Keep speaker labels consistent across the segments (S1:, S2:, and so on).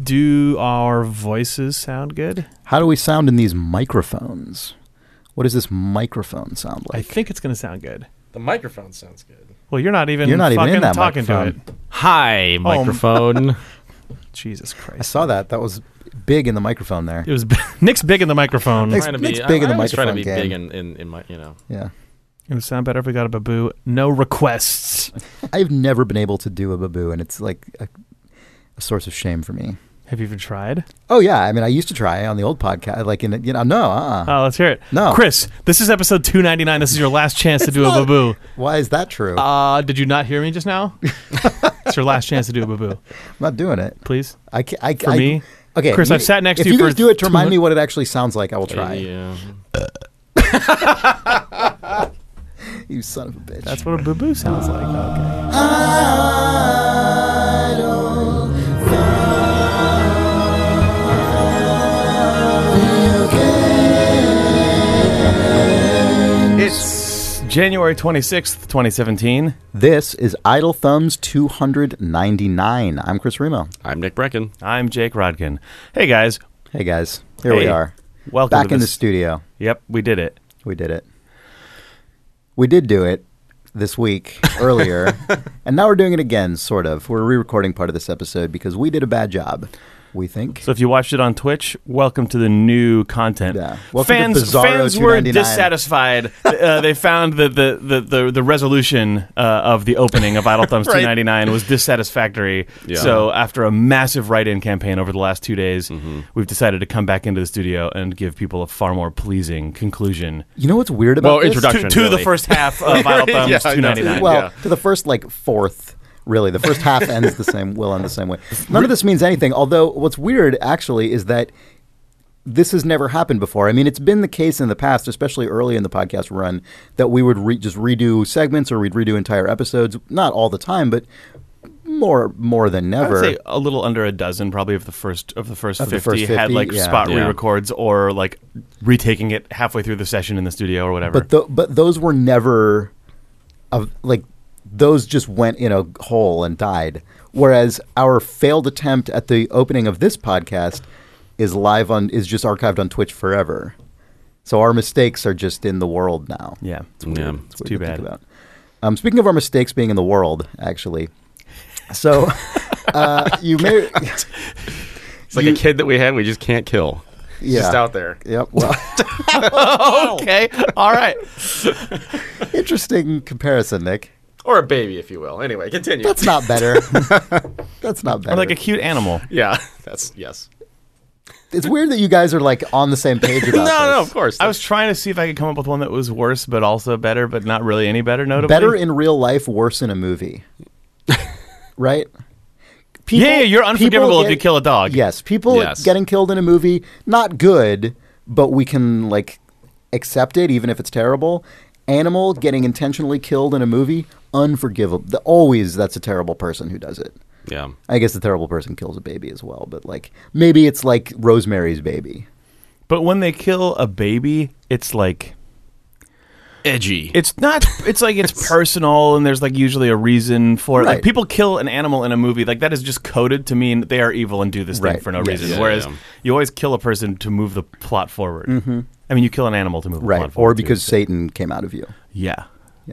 S1: Do our voices sound good?
S2: How do we sound in these microphones? What does this microphone sound
S1: I
S2: like?
S1: think it's going to sound good.
S3: The microphone sounds good.
S1: Well, you're not even
S2: You're not even
S1: fucking
S2: in that
S1: talking
S2: microphone.
S1: to
S4: Hi,
S2: Um,
S4: microphone.
S1: it. Jesus
S2: I
S1: Christ.
S2: saw that. That was big in the microphone there.
S1: It was Nick's big in the microphone.
S2: Thanks.
S1: It
S4: trying to
S2: Nick's
S4: be,
S2: big
S4: I,
S2: in the
S4: I always try to
S2: microphone
S4: be
S2: game.
S4: big in, in, in my, you know.
S2: Yeah.
S1: would sound better if we got a baboo. No requests.
S2: I've never been able to do a baboo, and it's like a, a source of shame for me.
S1: Have you even tried?
S2: Oh yeah, I mean, I used to try on the old podcast, like in you know, no, uh, uh
S1: Oh, let's hear it.
S2: No.
S1: Chris, this is episode 299. This is your last chance to do a baboo.
S2: why is that true?
S1: Uh, did you not hear me just now? it's your last chance to do a baboo.
S2: I'm not doing it.
S1: Please.
S2: I can't. I,
S1: For
S2: I-
S1: me?
S2: okay,
S1: Chris, I've sat next
S2: if
S1: to you
S2: If you guys
S1: for
S2: do it to
S1: two
S2: remind
S1: hun-
S2: me what it actually sounds like, I will try.
S4: Yeah.
S2: You son of a bitch.
S1: That's what a baboo sounds like.
S3: It's
S1: January 26th, 2017.
S2: This is Idle Thumbs 299. I'm Chris Remo.
S4: I'm Nick Brecken.
S1: I'm Jake Rodkin. Hey, guys.
S2: Hey guys, here we
S1: Hey.
S2: are,
S1: Welcome
S2: back
S1: to
S2: in the
S1: this-
S2: studio.
S1: Yep, we did it.
S2: We did it. We did do it this week earlier, and now we're doing it again, sort of. We're re recording part of this episode because we did a bad job, we think.
S1: So if you watched it on Twitch, welcome to the new content.
S2: Yeah. Welcome to
S1: Fans,
S2: Bizarro
S1: fans were
S2: 299.
S1: dissatisfied. uh, they found that the the, the, the resolution uh, of the opening of Idle Thumbs 299 was dissatisfactory.
S4: Yeah.
S1: So after a massive write-in campaign over the last two days, we've decided to come back into the studio and give people a far more pleasing conclusion
S2: you know what's weird about
S4: Well,
S2: this?
S4: introduction.
S1: to, to the
S4: really.
S1: first half of Idle Thumbs
S4: Yeah, I know.
S1: 299.
S2: Well,
S4: Yeah.
S2: to the first like fourth, really. The first half ends the same, will end the same way. None of this means anything. Although, what's weird actually is that this has never happened before. I mean, it's been the case in the past, especially early in the podcast run, that we would re- just redo segments or we'd redo entire episodes. Not all the time, but more more than
S1: I would
S2: never.
S1: say a little under a dozen, probably of the first of the first,
S2: Of the
S1: 50,
S2: first
S1: had
S2: 50,
S1: like
S2: yeah.
S1: spot
S4: Yeah.
S1: re-records or like retaking it halfway through the session in the studio or whatever.
S2: But tho- but those were never, of like, those just went in a hole and died. Whereas our failed attempt at the opening of this podcast is live on is just archived on Twitch forever. So our mistakes are just in the world now.
S1: yeah,
S2: It's
S4: Yeah.
S1: too
S2: weird to think
S1: bad.
S2: about. Um, speaking of our mistakes being in the world, actually, so uh, you may
S4: It's like a kid that we had we just can't kill.
S2: yeah. Oh.
S3: just out there.
S2: Yep. Well.
S1: okay, all right.
S2: interesting comparison, Nick.
S3: Or a baby, if you will. Anyway, continue.
S2: That's not better. That's not better.
S1: Or like a cute animal.
S3: yeah, that's yes.
S2: It's weird that you guys are like on the same page about this.
S4: No, no, of course.
S1: I was trying to see if I could come up with one that was worse, but also better, but not really any better. Notably,
S2: Better in real life, worse in a movie. right? People,
S1: yeah, yeah, you're
S2: people
S1: unforgivable if
S2: get-
S1: you kill a dog.
S2: Yes, people
S4: Yes.
S2: getting killed in a movie, not good, but we can like accept it even if it's terrible. Animal getting intentionally killed in a movie, unforgivable. The- Always that's a terrible person who does it.
S4: yeah.
S2: I guess the terrible person kills a baby as well, but like maybe it's like Rosemary's baby.
S1: but when they kill a baby, it's like
S4: Edgy.
S1: it's not it's like it's personal and there's like usually a reason for it like
S2: Right.
S1: people kill an animal in a movie like that is just coded to mean they are evil and do this thing
S2: Right.
S1: for no
S2: Yes.
S1: reason
S4: Yeah,
S1: whereas
S4: yeah.
S1: you always kill a person to move the plot forward i mean you kill an animal to move the
S2: Mm-hmm. Right.
S1: plot forward
S2: Or
S1: too.
S2: because Satan came out of you.
S1: yeah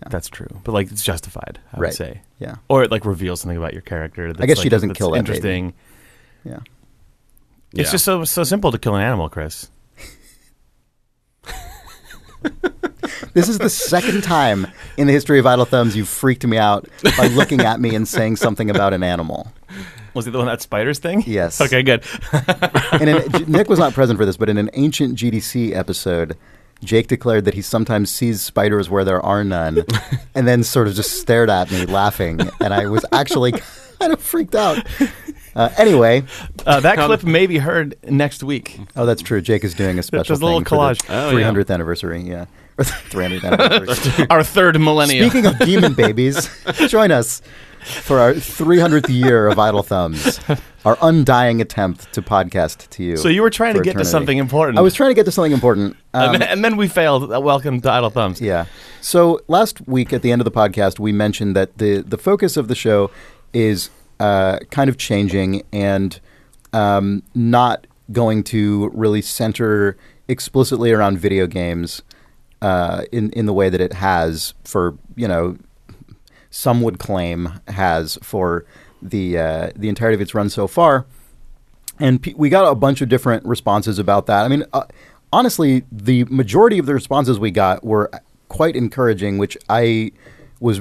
S1: that's true but like it's justified i
S2: Right.
S1: would say
S2: Yeah.
S1: or it like reveals something about your character that's,
S2: guess she
S1: like,
S2: doesn't
S1: that's
S2: kill that baby.
S1: interesting
S2: Yeah.
S1: it's just so so simple to kill an animal chris
S2: This is the second time in the history of Idle Thumbs you've freaked me out by looking at me and saying something about an animal.
S1: was it the one that spiders thing
S2: Yes.
S1: okay good
S2: And in, Nick was not present for this, but in an ancient GDC episode, Jake declared that he sometimes sees spiders where there are none, and then sort of just stared at me laughing, and I was actually kind of freaked out. Uh, anyway,
S1: uh, that clip may be heard next week
S2: oh, that's true. Jake is doing a special
S1: There's a little
S2: thing for the
S1: collage.
S4: Oh, yeah.
S2: 300th anniversary. Yeah, or 300th anniversary.
S1: our third millennium
S2: Speaking of demon babies, join us for our 300th year of Idle Thumbs, our undying attempt to podcast to you.
S1: so you were trying to
S2: for
S1: get to
S2: eternity.
S1: something important
S2: I was trying to get to something important. Um,
S1: and, then, and then we failed. Uh, Welcome to Idle Thumbs.
S2: yeah. So last week at the end of the podcast, we mentioned that the the focus of the show is uh, kind of changing, and um, not going to really center explicitly around video games uh, in in the way that it has for you know some would claim has for the uh, the entirety of its run so far. And pe- we got a bunch of different responses about that. I mean, uh, honestly, the majority of the responses we got were quite encouraging, which I was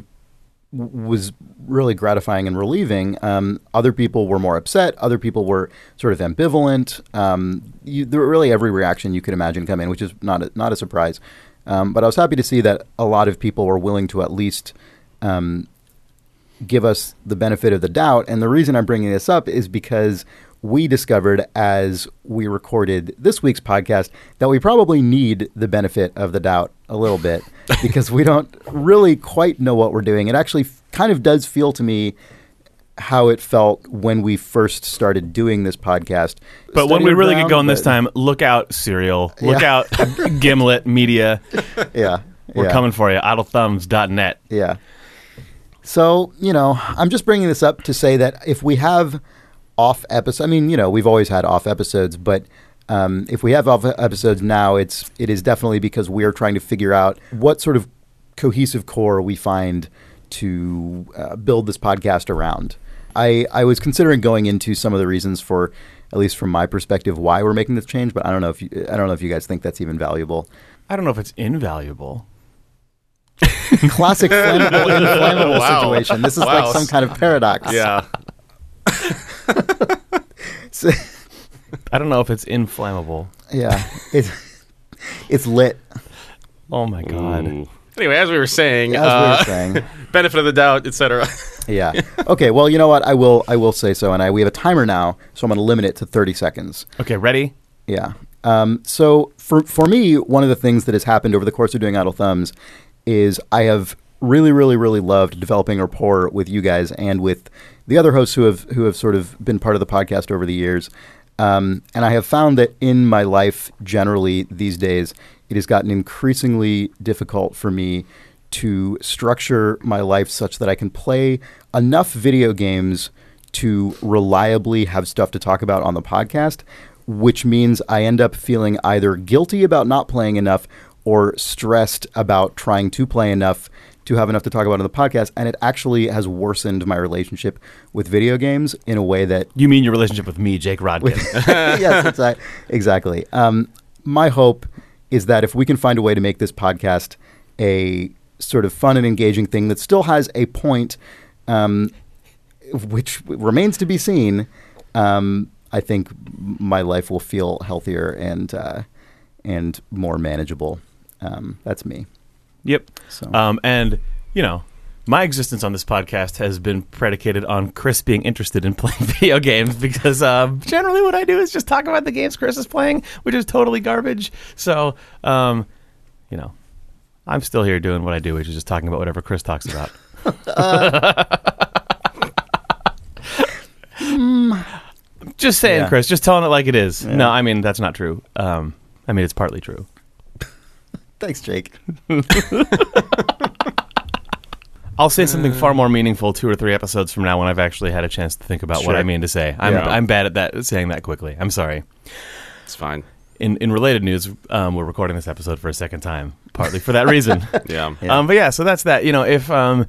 S2: was really gratifying and relieving. Um, other people were more upset. Other people were sort of ambivalent. Um, you, there were really every reaction you could imagine come in, which is not a, not a surprise. Um, but I was happy to see that a lot of people were willing to at least um, give us the benefit of the doubt. And the reason I'm bringing this up is because we discovered as we recorded this week's podcast that we probably need the benefit of the doubt a little bit because we don't really quite know what we're doing. It actually f- kind of does feel to me how it felt when we first started doing this podcast.
S1: But when we
S2: Studied
S1: really
S2: around,
S1: get going this
S2: but-
S1: time, look out, Serial. Look
S2: Yeah.
S1: out, Gimlet Media.
S2: yeah,
S1: We're
S2: yeah.
S1: coming for you. idlethumbs.net.
S2: Yeah. So, you know, I'm just bringing this up to say that if we have off episodes, I mean, you know, we've always had off episodes, but um, if we have off episodes now, it's it is definitely because we are trying to figure out what sort of cohesive core we find to uh, build this podcast around. I, I was considering going into some of the reasons for, at least from my perspective, why we're making this change, but I don't know if you, I don't know if you guys think that's even valuable.
S1: I don't know if it's invaluable.
S2: classic flammable, inflammable
S5: Wow.
S2: situation. This is
S5: Wow.
S2: like some kind of paradox.
S5: Yeah.
S1: I don't know if it's inflammable.
S2: yeah. It's it's lit,
S1: Oh my god.
S5: Ooh.
S4: Anyway, as we were saying,
S2: as we
S4: uh,
S2: were saying.
S4: benefit of the doubt, etc.
S2: Yeah. Okay. Well, you know what? I will. I will say so. And I we have a timer now, so I'm going to limit it to 30 seconds.
S1: Okay, ready?
S2: Yeah. Um, so for for me, one of the things that has happened over the course of doing Idle Thumbs is I have really, really, really loved developing rapport with you guys and with the other hosts who have who have sort of been part of the podcast over the years. Um, and I have found that in my life generally these days, it has gotten increasingly difficult for me to structure my life such that I can play enough video games to reliably have stuff to talk about on the podcast, which means I end up feeling either guilty about not playing enough or stressed about trying to play enough to have enough to talk about on the podcast. And it actually has worsened my relationship with video games in a way that
S1: You mean your relationship with me, Jake Rodkin.
S2: yes, exac- exactly. Um, my hope is that if we can find a way to make this podcast a sort of fun and engaging thing that still has a point, um, which remains to be seen, um, I think my life will feel healthier and uh, and more manageable. Um, that's me.
S1: yep.
S2: So
S1: Um, and, you know, my existence on this podcast has been predicated on Chris being interested in playing video games because uh, generally what I do is just talk about the games Chris is playing, which is totally garbage. So, um, you know, I'm still here doing what I do, which is just talking about whatever Chris talks about. just saying,
S2: Yeah.
S1: Chris. Just telling it like it is. No, I mean that's not true. Um, I mean it's partly true.
S2: thanks, Jake.
S1: I'll say something
S5: Mm.
S1: far more meaningful two or three episodes from now when I've actually had a chance to think about what
S5: Sure.
S1: I mean to say. I'm,
S5: Yeah.
S1: I'm bad at that saying that quickly. I'm sorry.
S5: It's fine.
S1: In in related news, um, we're recording this episode for a second time, partly for that reason.
S5: Yeah.
S1: Um, but yeah, so that's that. You know, if um,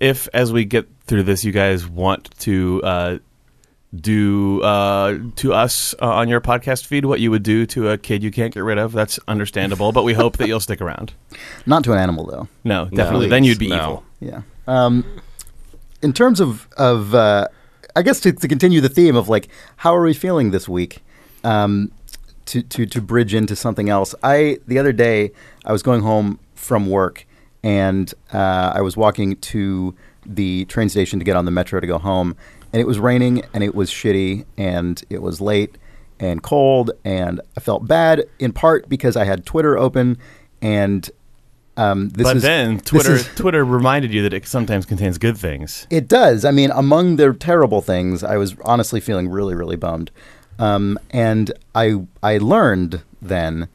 S1: if as we get through this, you guys want to uh, do uh, to us uh, on your podcast feed what you would do to a kid you can't get rid of, that's understandable. but we hope that you'll stick around.
S2: Not to an animal though.
S1: No, definitely. then
S5: please,
S1: you'd be
S5: no.
S1: evil.
S2: Yeah. Um, in terms of of uh, I guess to, to continue the theme of like how are we feeling this week? Um, to, to to bridge into something else, I the other day I was going home from work and uh, I was walking to the train station to get on the metro to go home, and it was raining and it was shitty and it was late and cold and I felt bad in part because I had Twitter open and um, this
S1: but
S2: is
S1: then
S2: this
S1: Twitter
S2: is-
S1: Twitter reminded you that it sometimes contains good things.
S2: It does. I mean, among their terrible things, I was honestly feeling really, really bummed. Um, and I, I learned then,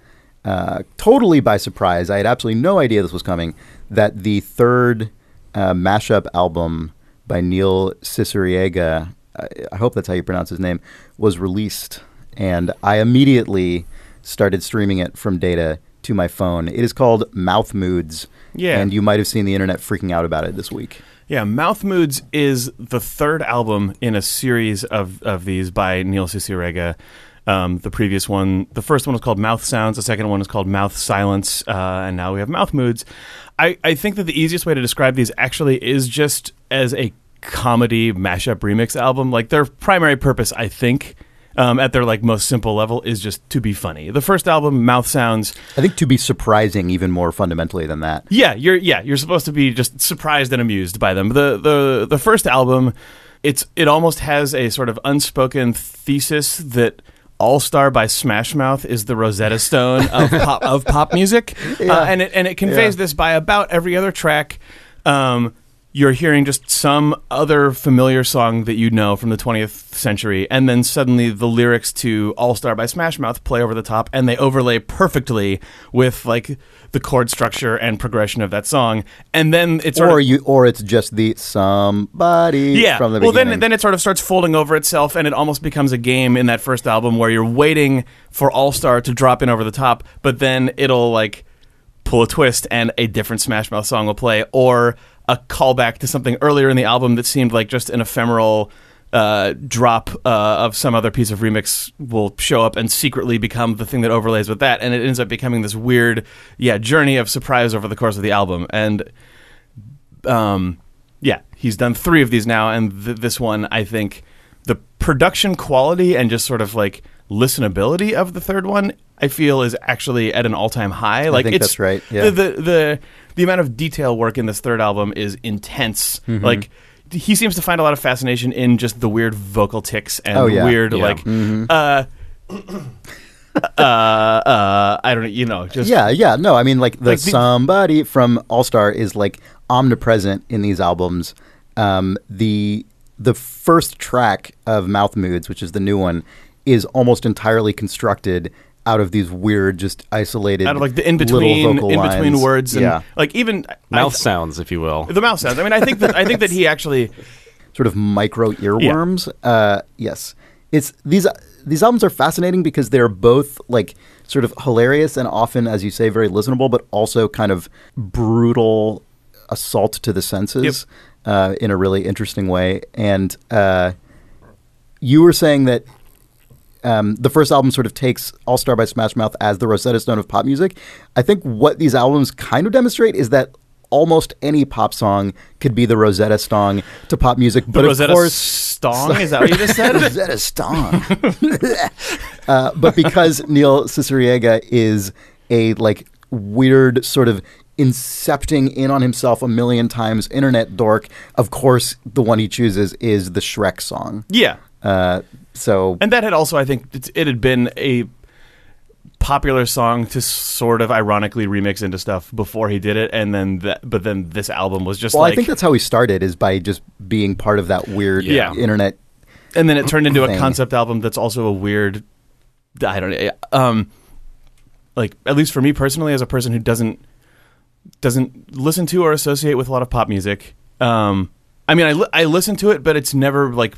S2: uh, totally by surprise, I had absolutely no idea this was coming, that the third uh, mashup album by Neil Ciceriega I, I hope that's how you pronounce his name, was released, and I immediately started streaming it from data to my phone. It is called Mouth Moods.
S1: Yeah.
S2: and you might have seen the internet freaking out about it this week.
S1: Yeah, Mouth Moods is the third album in a series of, of these by Neil Cicierega. Um, the previous one, the first one was called Mouth Sounds, the second one is called Mouth Silence, uh, and now we have Mouth Moods. I, I think that the easiest way to describe these actually is just as a comedy mashup remix album. Like their primary purpose, I think, um, at their like most simple level, is just to be funny. The first album, Mouth Sounds,
S2: I think to be surprising, even more fundamentally than that.
S1: yeah, you're yeah, you're supposed to be just surprised and amused by them. The the the first album, it's it almost has a sort of unspoken thesis that All Star by Smash Mouth is the Rosetta Stone of pop of pop music, uh, and it and it conveys this by about every other track. Um, you're hearing just some other familiar song that you know from the 20th century, and then suddenly the lyrics to All Star by Smash Mouth play over the top, and they overlay perfectly with like the chord structure and progression of that song. And then it's sort
S2: or
S1: of,
S2: you, or it's just the somebody
S1: yeah.
S2: from the
S1: well,
S2: beginning.
S1: then then it sort of starts folding over itself, and it almost becomes a game in that first album where you're waiting for All Star to drop in over the top, but then it'll like pull a twist, and a different Smash Mouth song will play, or a callback to something earlier in the album that seemed like just an ephemeral. Uh, drop uh, of some other piece of remix will show up and secretly become the thing that overlays with that, and it ends up becoming this weird, yeah, journey of surprise over the course of the album. And um, yeah, he's done three of these now, and th- this one, I think, the production quality and just sort of like listenability of the third one, I feel is actually at an all-time high. Like
S2: think
S1: it's
S2: that's right, yeah.
S1: The, the the the amount of detail work in this third album is intense.
S2: Mm-hmm.
S1: Like. He seems to find a lot of fascination in just the weird vocal ticks and
S2: Oh, yeah. Mm-hmm.
S1: weird
S4: Yeah.
S1: like uh, uh, uh, I don't you know just
S2: yeah, yeah, no, I mean like the
S1: Like the-
S2: somebody from All Star is like omnipresent in these albums. Um, the the first track of Mouth Moods, which is the new one, is almost entirely constructed out of these weird, just isolated,
S1: out of like the in
S2: little
S1: between
S2: vocal
S1: in between
S2: lines.
S1: words and
S2: yeah,
S1: like even I-
S4: Mouth sounds, if you will.
S1: The mouse sounds. I mean, I think that I think that he actually.
S2: sort of micro earworms. Uh, yes, it's these these albums are fascinating because they're both like sort of hilarious and often, as you say, very listenable, but also kind of brutal assault to the senses uh, in a really interesting way. And uh, you were saying that. Um, the first album sort of takes All Star by Smash Mouth as the Rosetta Stone of pop music. I think what these albums kind of demonstrate is that almost any pop song could be the Rosetta Stone to pop music,
S1: The
S2: but
S1: Rosetta
S2: of course,
S1: Stong. Is that what you just said?
S2: Rosetta Stone. uh, but because Neil Ciceriega is a like weird sort of incepting in on himself a million times internet dork, of course the one he chooses is the Shrek song.
S1: yeah,
S2: Uh, so
S1: and that had also, I think, it's- it had been a popular song to sort of ironically remix into stuff before he did it, and then that, but then this album was just
S2: well,
S1: like,
S2: I think that's how he started is by just being part of that weird
S1: Yeah.
S2: internet.
S1: and then it turned into a
S2: thing.
S1: concept album that's also a weird. I don't know. Um, like at least for me personally, as a person who doesn't doesn't listen to or associate with a lot of pop music. Um, I mean, I, li- I listen to it, but it's never like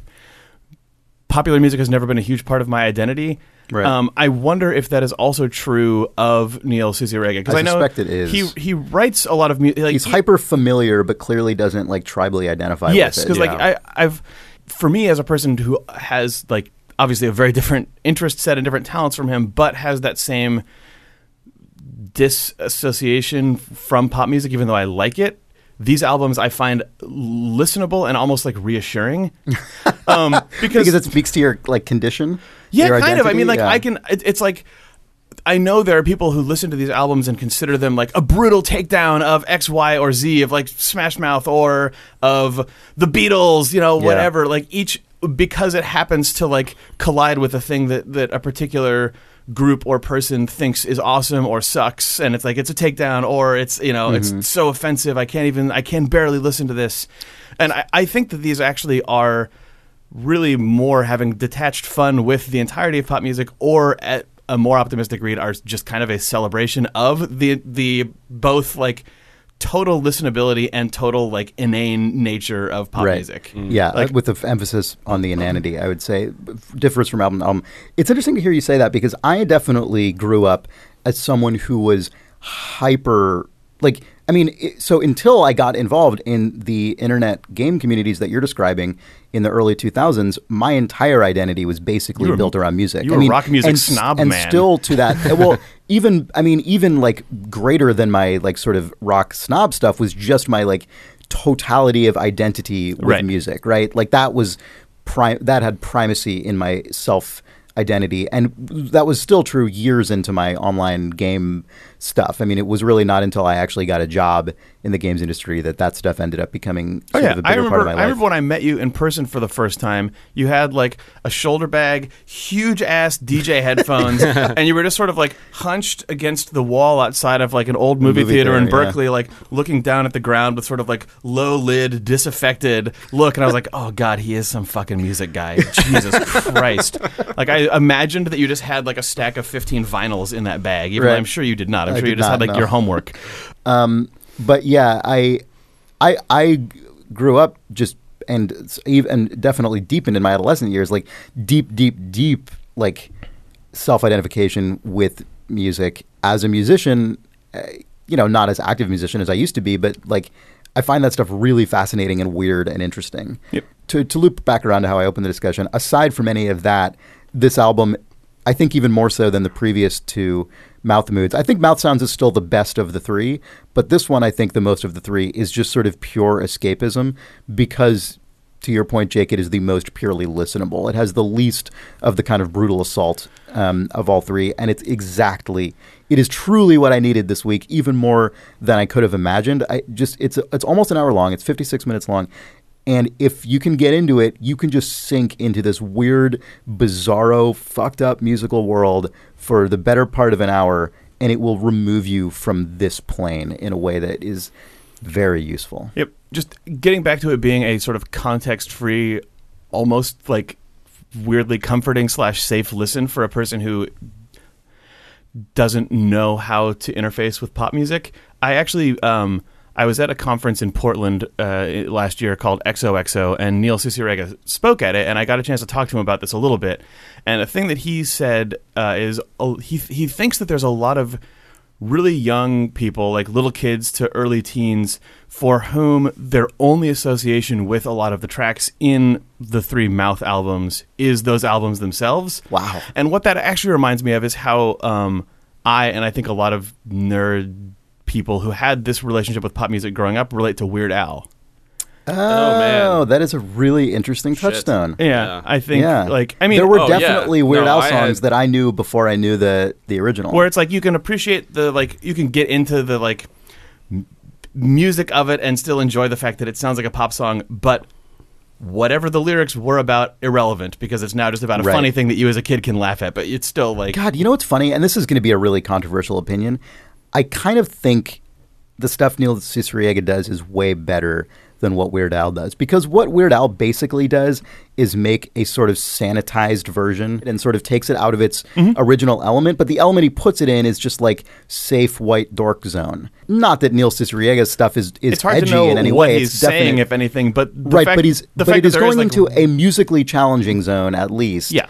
S1: popular music has never been a huge part of my identity.
S2: Right.
S1: Um, I wonder if that is also true of Neil Cicierega because
S2: I
S1: I, know
S2: suspect it is.
S1: he he writes a lot of music. Like,
S2: He's
S1: he-
S2: hyper familiar, but clearly doesn't like tribally identify
S1: yes
S2: with it.
S1: because like
S4: Yeah.
S1: I, i've for me as a person who has like obviously a very different interest set and different talents from him but has that same disassociation from pop music even though i like it these albums i find listenable and almost like reassuring um, because,
S2: because it speaks to your like condition.
S1: yeah,
S2: your
S1: kind of. I
S2: identity,
S1: mean, like
S2: yeah.
S1: I can. It, it's like I know there are people who listen to these albums and consider them like a brutal takedown of X, Y, or Z of like Smash Mouth or of the Beatles. You know, whatever. Like each because it happens to like collide with a thing that that a particular group or person thinks is awesome or sucks and it's like it's a takedown or it's you know it's so offensive i can't even i can barely listen to this and i, I think that these actually are really more having detached fun with the entirety of pop music or at a more optimistic read are just kind of a celebration of the the both like total listenability and total like inane nature of pop
S2: right.
S1: music.
S2: Yeah, uh, with the f- emphasis on the inanity, I would say b- f- differs from album to album. It's interesting to hear you say that because I definitely grew up as someone who was hyper like I mean, i so until I got involved in the internet game communities that you're describing in the early 2000s, my entire identity was basically built around music.
S1: you
S2: I
S1: were
S2: mean,
S1: rock music
S2: and, s-
S1: snob
S2: and
S1: man.
S2: still to that. well, even I mean, even like greater than my like sort of rock snob stuff was just my like totality of identity with
S1: Right.
S2: music, right? Like that was prime. That had primacy in my self identity, and that was still true years into my online game stuff. I mean, it was really not until I actually got a job in the games industry that that stuff ended up becoming
S1: Oh
S2: sort
S1: yeah,
S2: of a
S1: I
S2: bigger
S1: remember.
S2: part of my life.
S1: I remember when I met you in person for the first time. You had like a shoulder bag, huge ass DJ headphones, and you were just sort of like hunched against the wall outside of like an old movie,
S2: movie
S1: theater, in
S2: theater, yeah.
S1: Berkeley, like looking down at the ground with sort of like low lid, disaffected look. And I was like, "Oh God, he is some fucking music guy." Jesus Christ! Like I imagined that you just had like a stack of fifteen vinyls in that bag. Even though
S2: Right.
S1: I'm sure you did not. I'm
S2: I
S1: sure you
S2: did
S1: just had
S2: not,
S1: like
S2: no.
S1: your homework.
S2: Um, but yeah, I, I, I g- grew up just and s- ev- and definitely deepened in my adolescent years, like deep, deep, deep, like self-identification with music as a musician. uh, You know, not as active musician as I used to be, but like I find that stuff really fascinating and weird and interesting.
S1: Yep.
S2: To to loop back around to how I opened the discussion, aside from any of that, this album. I think even more so than the previous two Mouth Moods. I think Mouth Sounds is still the best of the three, but this one, I think the most of the three, is just sort of pure escapism because, to your point, Jake, it is the most purely listenable. It has the least of the kind of brutal assault um, of all three, and it's exactly, it is truly what I needed this week, even more than I could have imagined. I just, it's, it's almost an hour long, it's 56 minutes long. And if you can get into it, you can just sink into this weird, bizarro, fucked up musical world for the better part of an hour, and it will remove you from this plane in a way that is very useful.
S1: Yep. Just getting back to it being a sort of context free, almost like weirdly comforting slash safe listen for a person who doesn't know how to interface with pop music. I actually, um, I was at a conference in Portland uh, last year called XOXO, and Neil Cicierega spoke at it, and I got a chance to talk to him about this a little bit. And a thing that he said uh, is uh, he he thinks that there's a lot of really young people, like little kids to early teens, for whom their only association with a lot of the tracks in the three Mouth albums is those albums themselves.
S2: Wow.
S1: And what that actually reminds me of is how um, I and I think a lot of nerd people who had this relationship with pop music growing up relate to Weird Al.
S4: man.
S2: Oh, that is a really interesting touchstone.
S1: Yeah,
S4: Yeah.
S1: I think
S2: Yeah.
S1: like I mean
S2: there were
S4: oh, yeah.
S2: definitely Weird
S4: No,
S2: Al
S4: I
S2: songs
S4: had-
S2: that I knew before I knew the the original.
S1: where it's like you can appreciate the like you can get into the like m- music of it and still enjoy the fact that it sounds like a pop song, but whatever the lyrics were about irrelevant because it's now just about a
S2: Right.
S1: funny thing that you as a kid can laugh at, but it's still like
S2: God, you know what's funny? And this is going to be a really controversial opinion. I kind of think the stuff Neil Cicierega does is way better than what Weird Al does because what Weird Al basically does is make a sort of sanitized version and sort of takes it out of its
S1: Mm-hmm.
S2: original element, but the element he puts it in is just like safe white dork zone. Not that Neil Ciceriega's stuff is is
S1: it's hard
S2: edgy
S1: to know
S2: in any
S1: what
S2: way.
S1: he's
S2: it's
S1: saying,
S2: definite-
S1: if anything, but the
S2: right,
S1: fact,
S2: but he's
S1: the
S2: but
S1: fact
S2: it
S1: that
S2: is
S1: there
S2: going
S1: like,
S2: into a musically challenging zone at least.
S1: Yeah.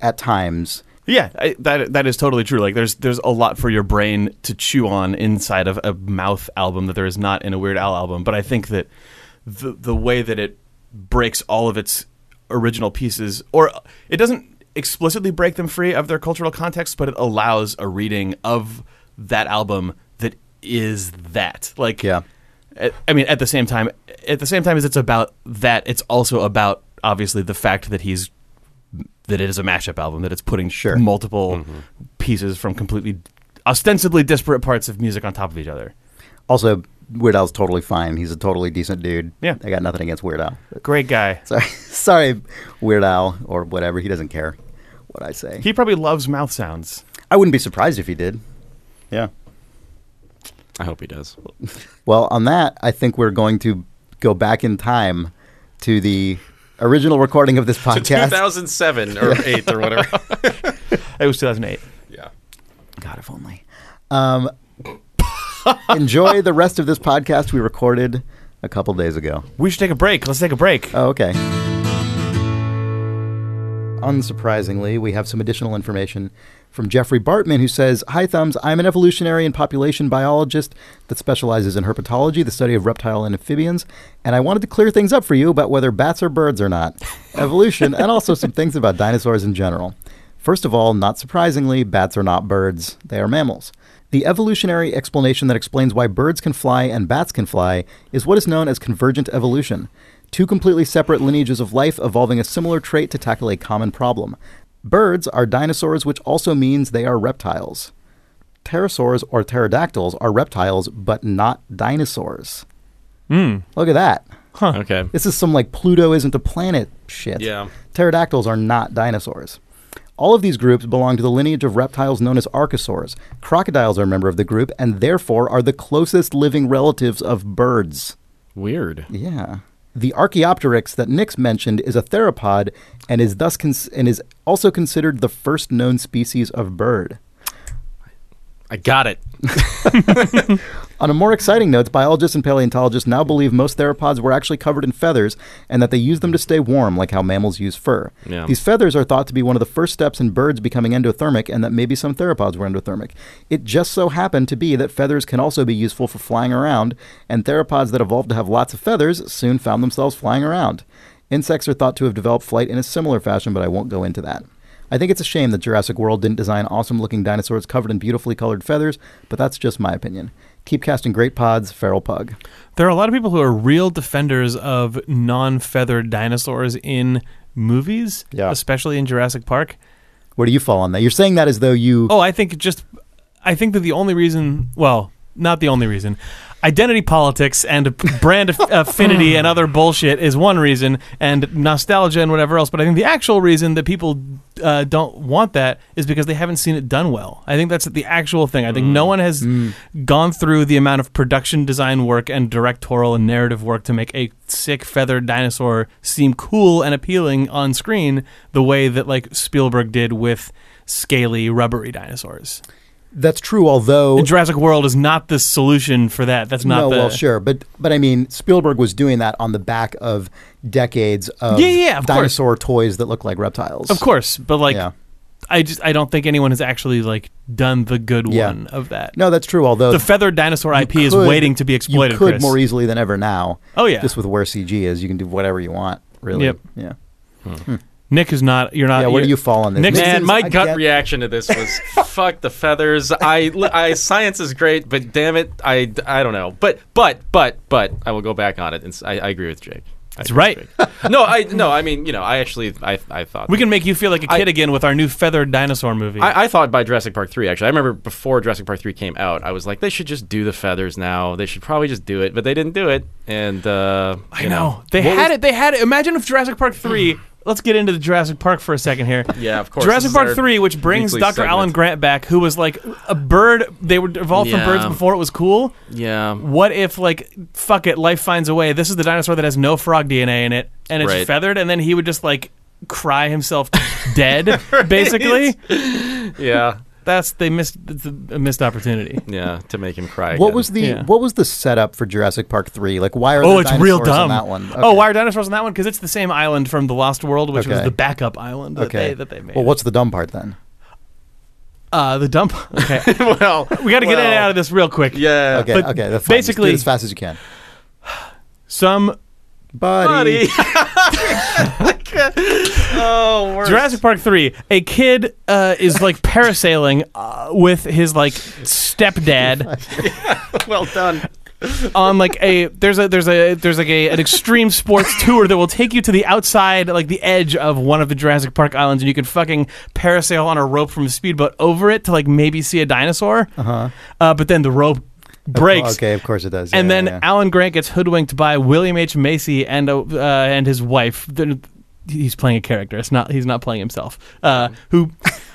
S2: at times.
S1: Yeah, I, that that is totally true. Like, there's there's a lot for your brain to chew on inside of a mouth album that there is not in a Weird Al album. But I think that the the way that it breaks all of its original pieces, or it doesn't explicitly break them free of their cultural context, but it allows a reading of that album that is that. Like,
S2: Yeah.
S1: I- I mean, at the same time, at the same time as it's about that, it's also about obviously the fact that he's that it is a mashup album, that it's putting
S2: Sure.
S1: multiple
S4: Mm-hmm.
S1: pieces from completely ostensibly disparate parts of music on top of each other.
S2: Also, Weird Al's totally fine. He's a totally decent dude.
S1: Yeah.
S2: I got nothing against Weird Al.
S1: Great guy.
S2: Sorry, sorry, Weird Al or whatever. He doesn't care what I say.
S1: He probably loves mouth sounds.
S2: I wouldn't be surprised if he did. Yeah.
S6: I hope he does.
S2: Well, on that, I think we're going to go back in time to the original recording of this podcast.
S4: 2007 or 8 or whatever.
S1: It was 2008.
S4: yeah.
S2: God, if only. Um, enjoy the rest of this podcast we recorded a couple days ago.
S1: We should take a break. Let's take a break.
S2: Oh, okay. Unsurprisingly, we have some additional information from Jeffrey Bartman, who says Hi, Thumbs. I'm an evolutionary and population biologist that specializes in herpetology, the study of reptile and amphibians, and I wanted to clear things up for you about whether bats are birds or not, evolution, and also some things about dinosaurs in general. First of all, not surprisingly, bats are not birds, they are mammals. The evolutionary explanation that explains why birds can fly and bats can fly is what is known as convergent evolution two completely separate lineages of life evolving a similar trait to tackle a common problem. Birds are dinosaurs, which also means they are reptiles. Pterosaurs or pterodactyls are reptiles, but not dinosaurs. Look at that.
S7: Okay.
S2: This is some like Pluto isn't a planet shit.
S4: Yeah.
S2: Pterodactyls are not dinosaurs. All of these groups belong to the lineage of reptiles known as archosaurs. Crocodiles are a member of the group and therefore are the closest living relatives of birds.
S7: Weird.
S2: Yeah. The Archaeopteryx that Nix mentioned is a theropod and is thus cons- and is also considered the first known species of bird.
S4: I got it.
S2: On a more exciting note, biologists and paleontologists now believe most theropods were actually covered in feathers and that they used them to stay warm, like how mammals use fur.
S7: Yeah.
S2: These feathers are thought to be one of the first steps in birds becoming endothermic and that maybe some theropods were endothermic. It just so happened to be that feathers can also be useful for flying around, and theropods that evolved to have lots of feathers soon found themselves flying around. Insects are thought to have developed flight in a similar fashion, but I won't go into that. I think it's a shame that Jurassic World didn't design awesome looking dinosaurs covered in beautifully colored feathers, but that's just my opinion. Keep casting great pods, feral pug.
S1: There are a lot of people who are real defenders of non feathered dinosaurs in movies,
S2: Yeah.
S1: especially in Jurassic Park.
S2: Where do you fall on that? You're saying that as though you.
S1: Oh, I think just, I think that the only reason, well, not the only reason, identity politics and brand aff- affinity and other bullshit is one reason, and nostalgia and whatever else. But I think the actual reason that people uh, don't want that is because they haven't seen it done well. I think that's the actual thing. I think no one has gone through the amount of production design work and directorial and narrative work to make a sick feathered dinosaur seem cool and appealing on screen the way that like Spielberg did with scaly rubbery dinosaurs.
S2: That's true, although.
S1: And Jurassic World is not the solution for that. That's not
S2: no,
S1: the
S2: well, sure, but but I mean, Spielberg was doing that on the back of decades of,
S1: Yeah, yeah, of course.
S2: dinosaur toys that look like reptiles.
S1: Of course, but like
S2: yeah,
S1: I just I don't think anyone has actually like done the good
S2: Yeah.
S1: one of that.
S2: no, that's true. Although
S1: the feathered dinosaur IP is
S2: could-
S1: waiting to be exploited.
S2: you could
S1: Chris.
S2: more easily than ever now.
S1: Oh, yeah.
S2: just with where CG is, you can do whatever you want. Really?
S1: Yep. Uh,
S2: Yeah.
S1: Nick is not. You're not.
S2: Yeah, where do
S1: you're-
S2: you fall on this?
S1: Nick's-
S2: Nick
S4: Man,
S2: seems-
S4: my
S2: I
S4: gut
S2: get-
S4: reaction to this was fuck the feathers. I, I science is great, but damn it, I, I don't know. But but but but I will go back on it, and s- I, I agree with Jake. I
S1: That's
S4: agree
S1: right.
S4: with Jake. no, I no, I mean you know, I actually I I thought
S1: We can make you feel like a
S4: I-
S1: kid again with our new feathered dinosaur movie.
S4: I, I thought by Jurassic Park three. Actually, I remember before Jurassic Park three came out, I was like, they should just do the feathers now. They should probably just do it, but they didn't do it. And uh,
S1: I
S4: you
S1: know. They
S4: What
S1: had
S4: was-
S1: it. They had it. Imagine if Jurassic Park 3. let's get into the Jurassic Park for a second here.
S4: Yeah, of course. This
S1: Jurassic
S4: is
S1: Park
S4: our
S1: 3, which brings
S4: weekly
S1: Dr. Alan
S4: segment.
S1: Grant back, who was like a bird. They were evolved
S4: Yeah.
S1: from birds before it was cool.
S4: Yeah.
S1: What if, like, fuck it, life finds a way? This is the dinosaur that has no frog DNA in it, and it's
S4: Right.
S1: feathered, and then he would just, like, cry himself dead, basically.
S4: Yeah.
S1: That's, they missed, it's a a missed opportunity.
S4: Yeah. To make him cry.
S2: What
S4: again.
S2: was the
S1: Yeah.
S2: what was the setup for Jurassic Park three? Like why are
S1: Oh, it's
S2: there
S1: real
S2: dinosaurs
S1: dumb.
S2: on that one?
S1: Oh, why are dinosaurs on that one? Because it's the same island from The Lost World, which was
S2: Okay.
S1: the backup island that,
S2: okay
S1: they, that they made.
S2: Well, what's the dumb part then?
S1: uh, the dump? Okay,
S4: well?
S1: we got to get in
S4: well,
S1: and out of this real quick.
S4: Yeah.
S2: Okay,
S1: Uh, But
S2: okay, that's fine. Just do it
S1: basically-
S2: as fast as you can,
S1: Some
S2: buddy.
S4: Buddy. oh, worse.
S1: Jurassic Park three, a kid uh, is like parasailing uh, with his like stepdad
S4: well done.
S1: on like a there's a there's a there's like a an extreme sports tour that will take you to the outside like the edge of one of the Jurassic Park islands and you can fucking parasail on a rope from a speedboat over it to like maybe see a dinosaur. Uh-huh. but then the rope breaks.
S2: Okay, of course it does.
S1: and
S2: yeah,
S1: then
S2: yeah.
S1: Alan Grant gets hoodwinked by William H Macy and uh, uh, and his wife. Then He's playing a character. It's not. He's not playing himself. Uh, who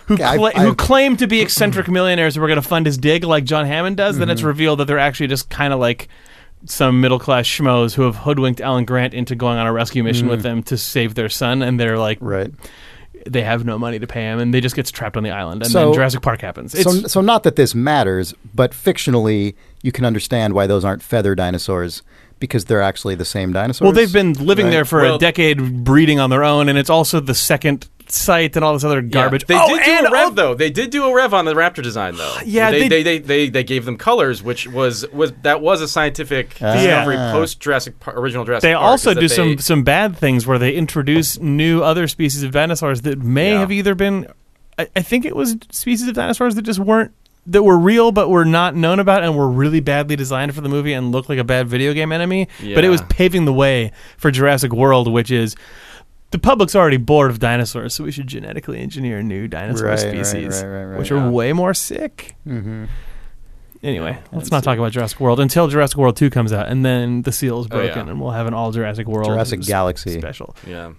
S1: who
S2: Yeah, I've-
S1: cla- who
S2: I've-
S1: claim to be eccentric millionaires who are going to fund his dig like John Hammond does? Then it's
S2: Mm-hmm.
S1: revealed that they're actually just kind of like some middle class schmoes who
S2: Mm.
S1: have hoodwinked Alan Grant into going on a rescue mission with them to save their son, and they're like
S2: right.
S1: they have no money to pay him, and they just gets trapped on the island, and
S2: So-
S1: then Jurassic Park happens. It's,
S2: So, so not that this matters, but fictionally, you can understand why those aren't feather dinosaurs because they're actually the same dinosaurs.
S1: well, they've been living
S2: Right.
S1: there for
S4: Well-
S1: a decade, breeding on their own, and it's also the second site and all this other garbage.
S4: They
S1: oh,
S4: did do
S1: and
S4: a rev
S1: oh,
S4: though. They did do a rev on the raptor design though.
S1: Yeah, they-
S4: they they, they, they they gave them colors, which was was that was a scientific discovery
S2: Yeah.
S4: post Jurassic Par- original Jurassic.
S1: Ah. They
S4: Park,
S1: also
S4: is that
S1: do some
S4: they-
S1: some bad things where they introduce new other species of dinosaurs that may
S4: Yeah.
S1: have either been, I, I think it was species of dinosaurs that just weren't that were real but were not known about and were really badly designed for the movie and looked like a bad video game enemy. But it was
S4: Yeah.
S1: paving the way for Jurassic World, which is. The public's already bored of dinosaurs, so we should genetically engineer new dinosaur
S2: Right, right,
S1: species,
S2: right, right, right.
S1: which
S4: Yeah.
S1: are way more sick.
S2: Mhm.
S1: Anyway, let's not talk about Jurassic World until Jurassic World 2 comes out, and then the seal is
S4: Oh, yeah.
S1: broken, and we'll have an all Jurassic World
S2: Jurassic
S1: s-
S2: Galaxy.
S1: special.
S4: yeah.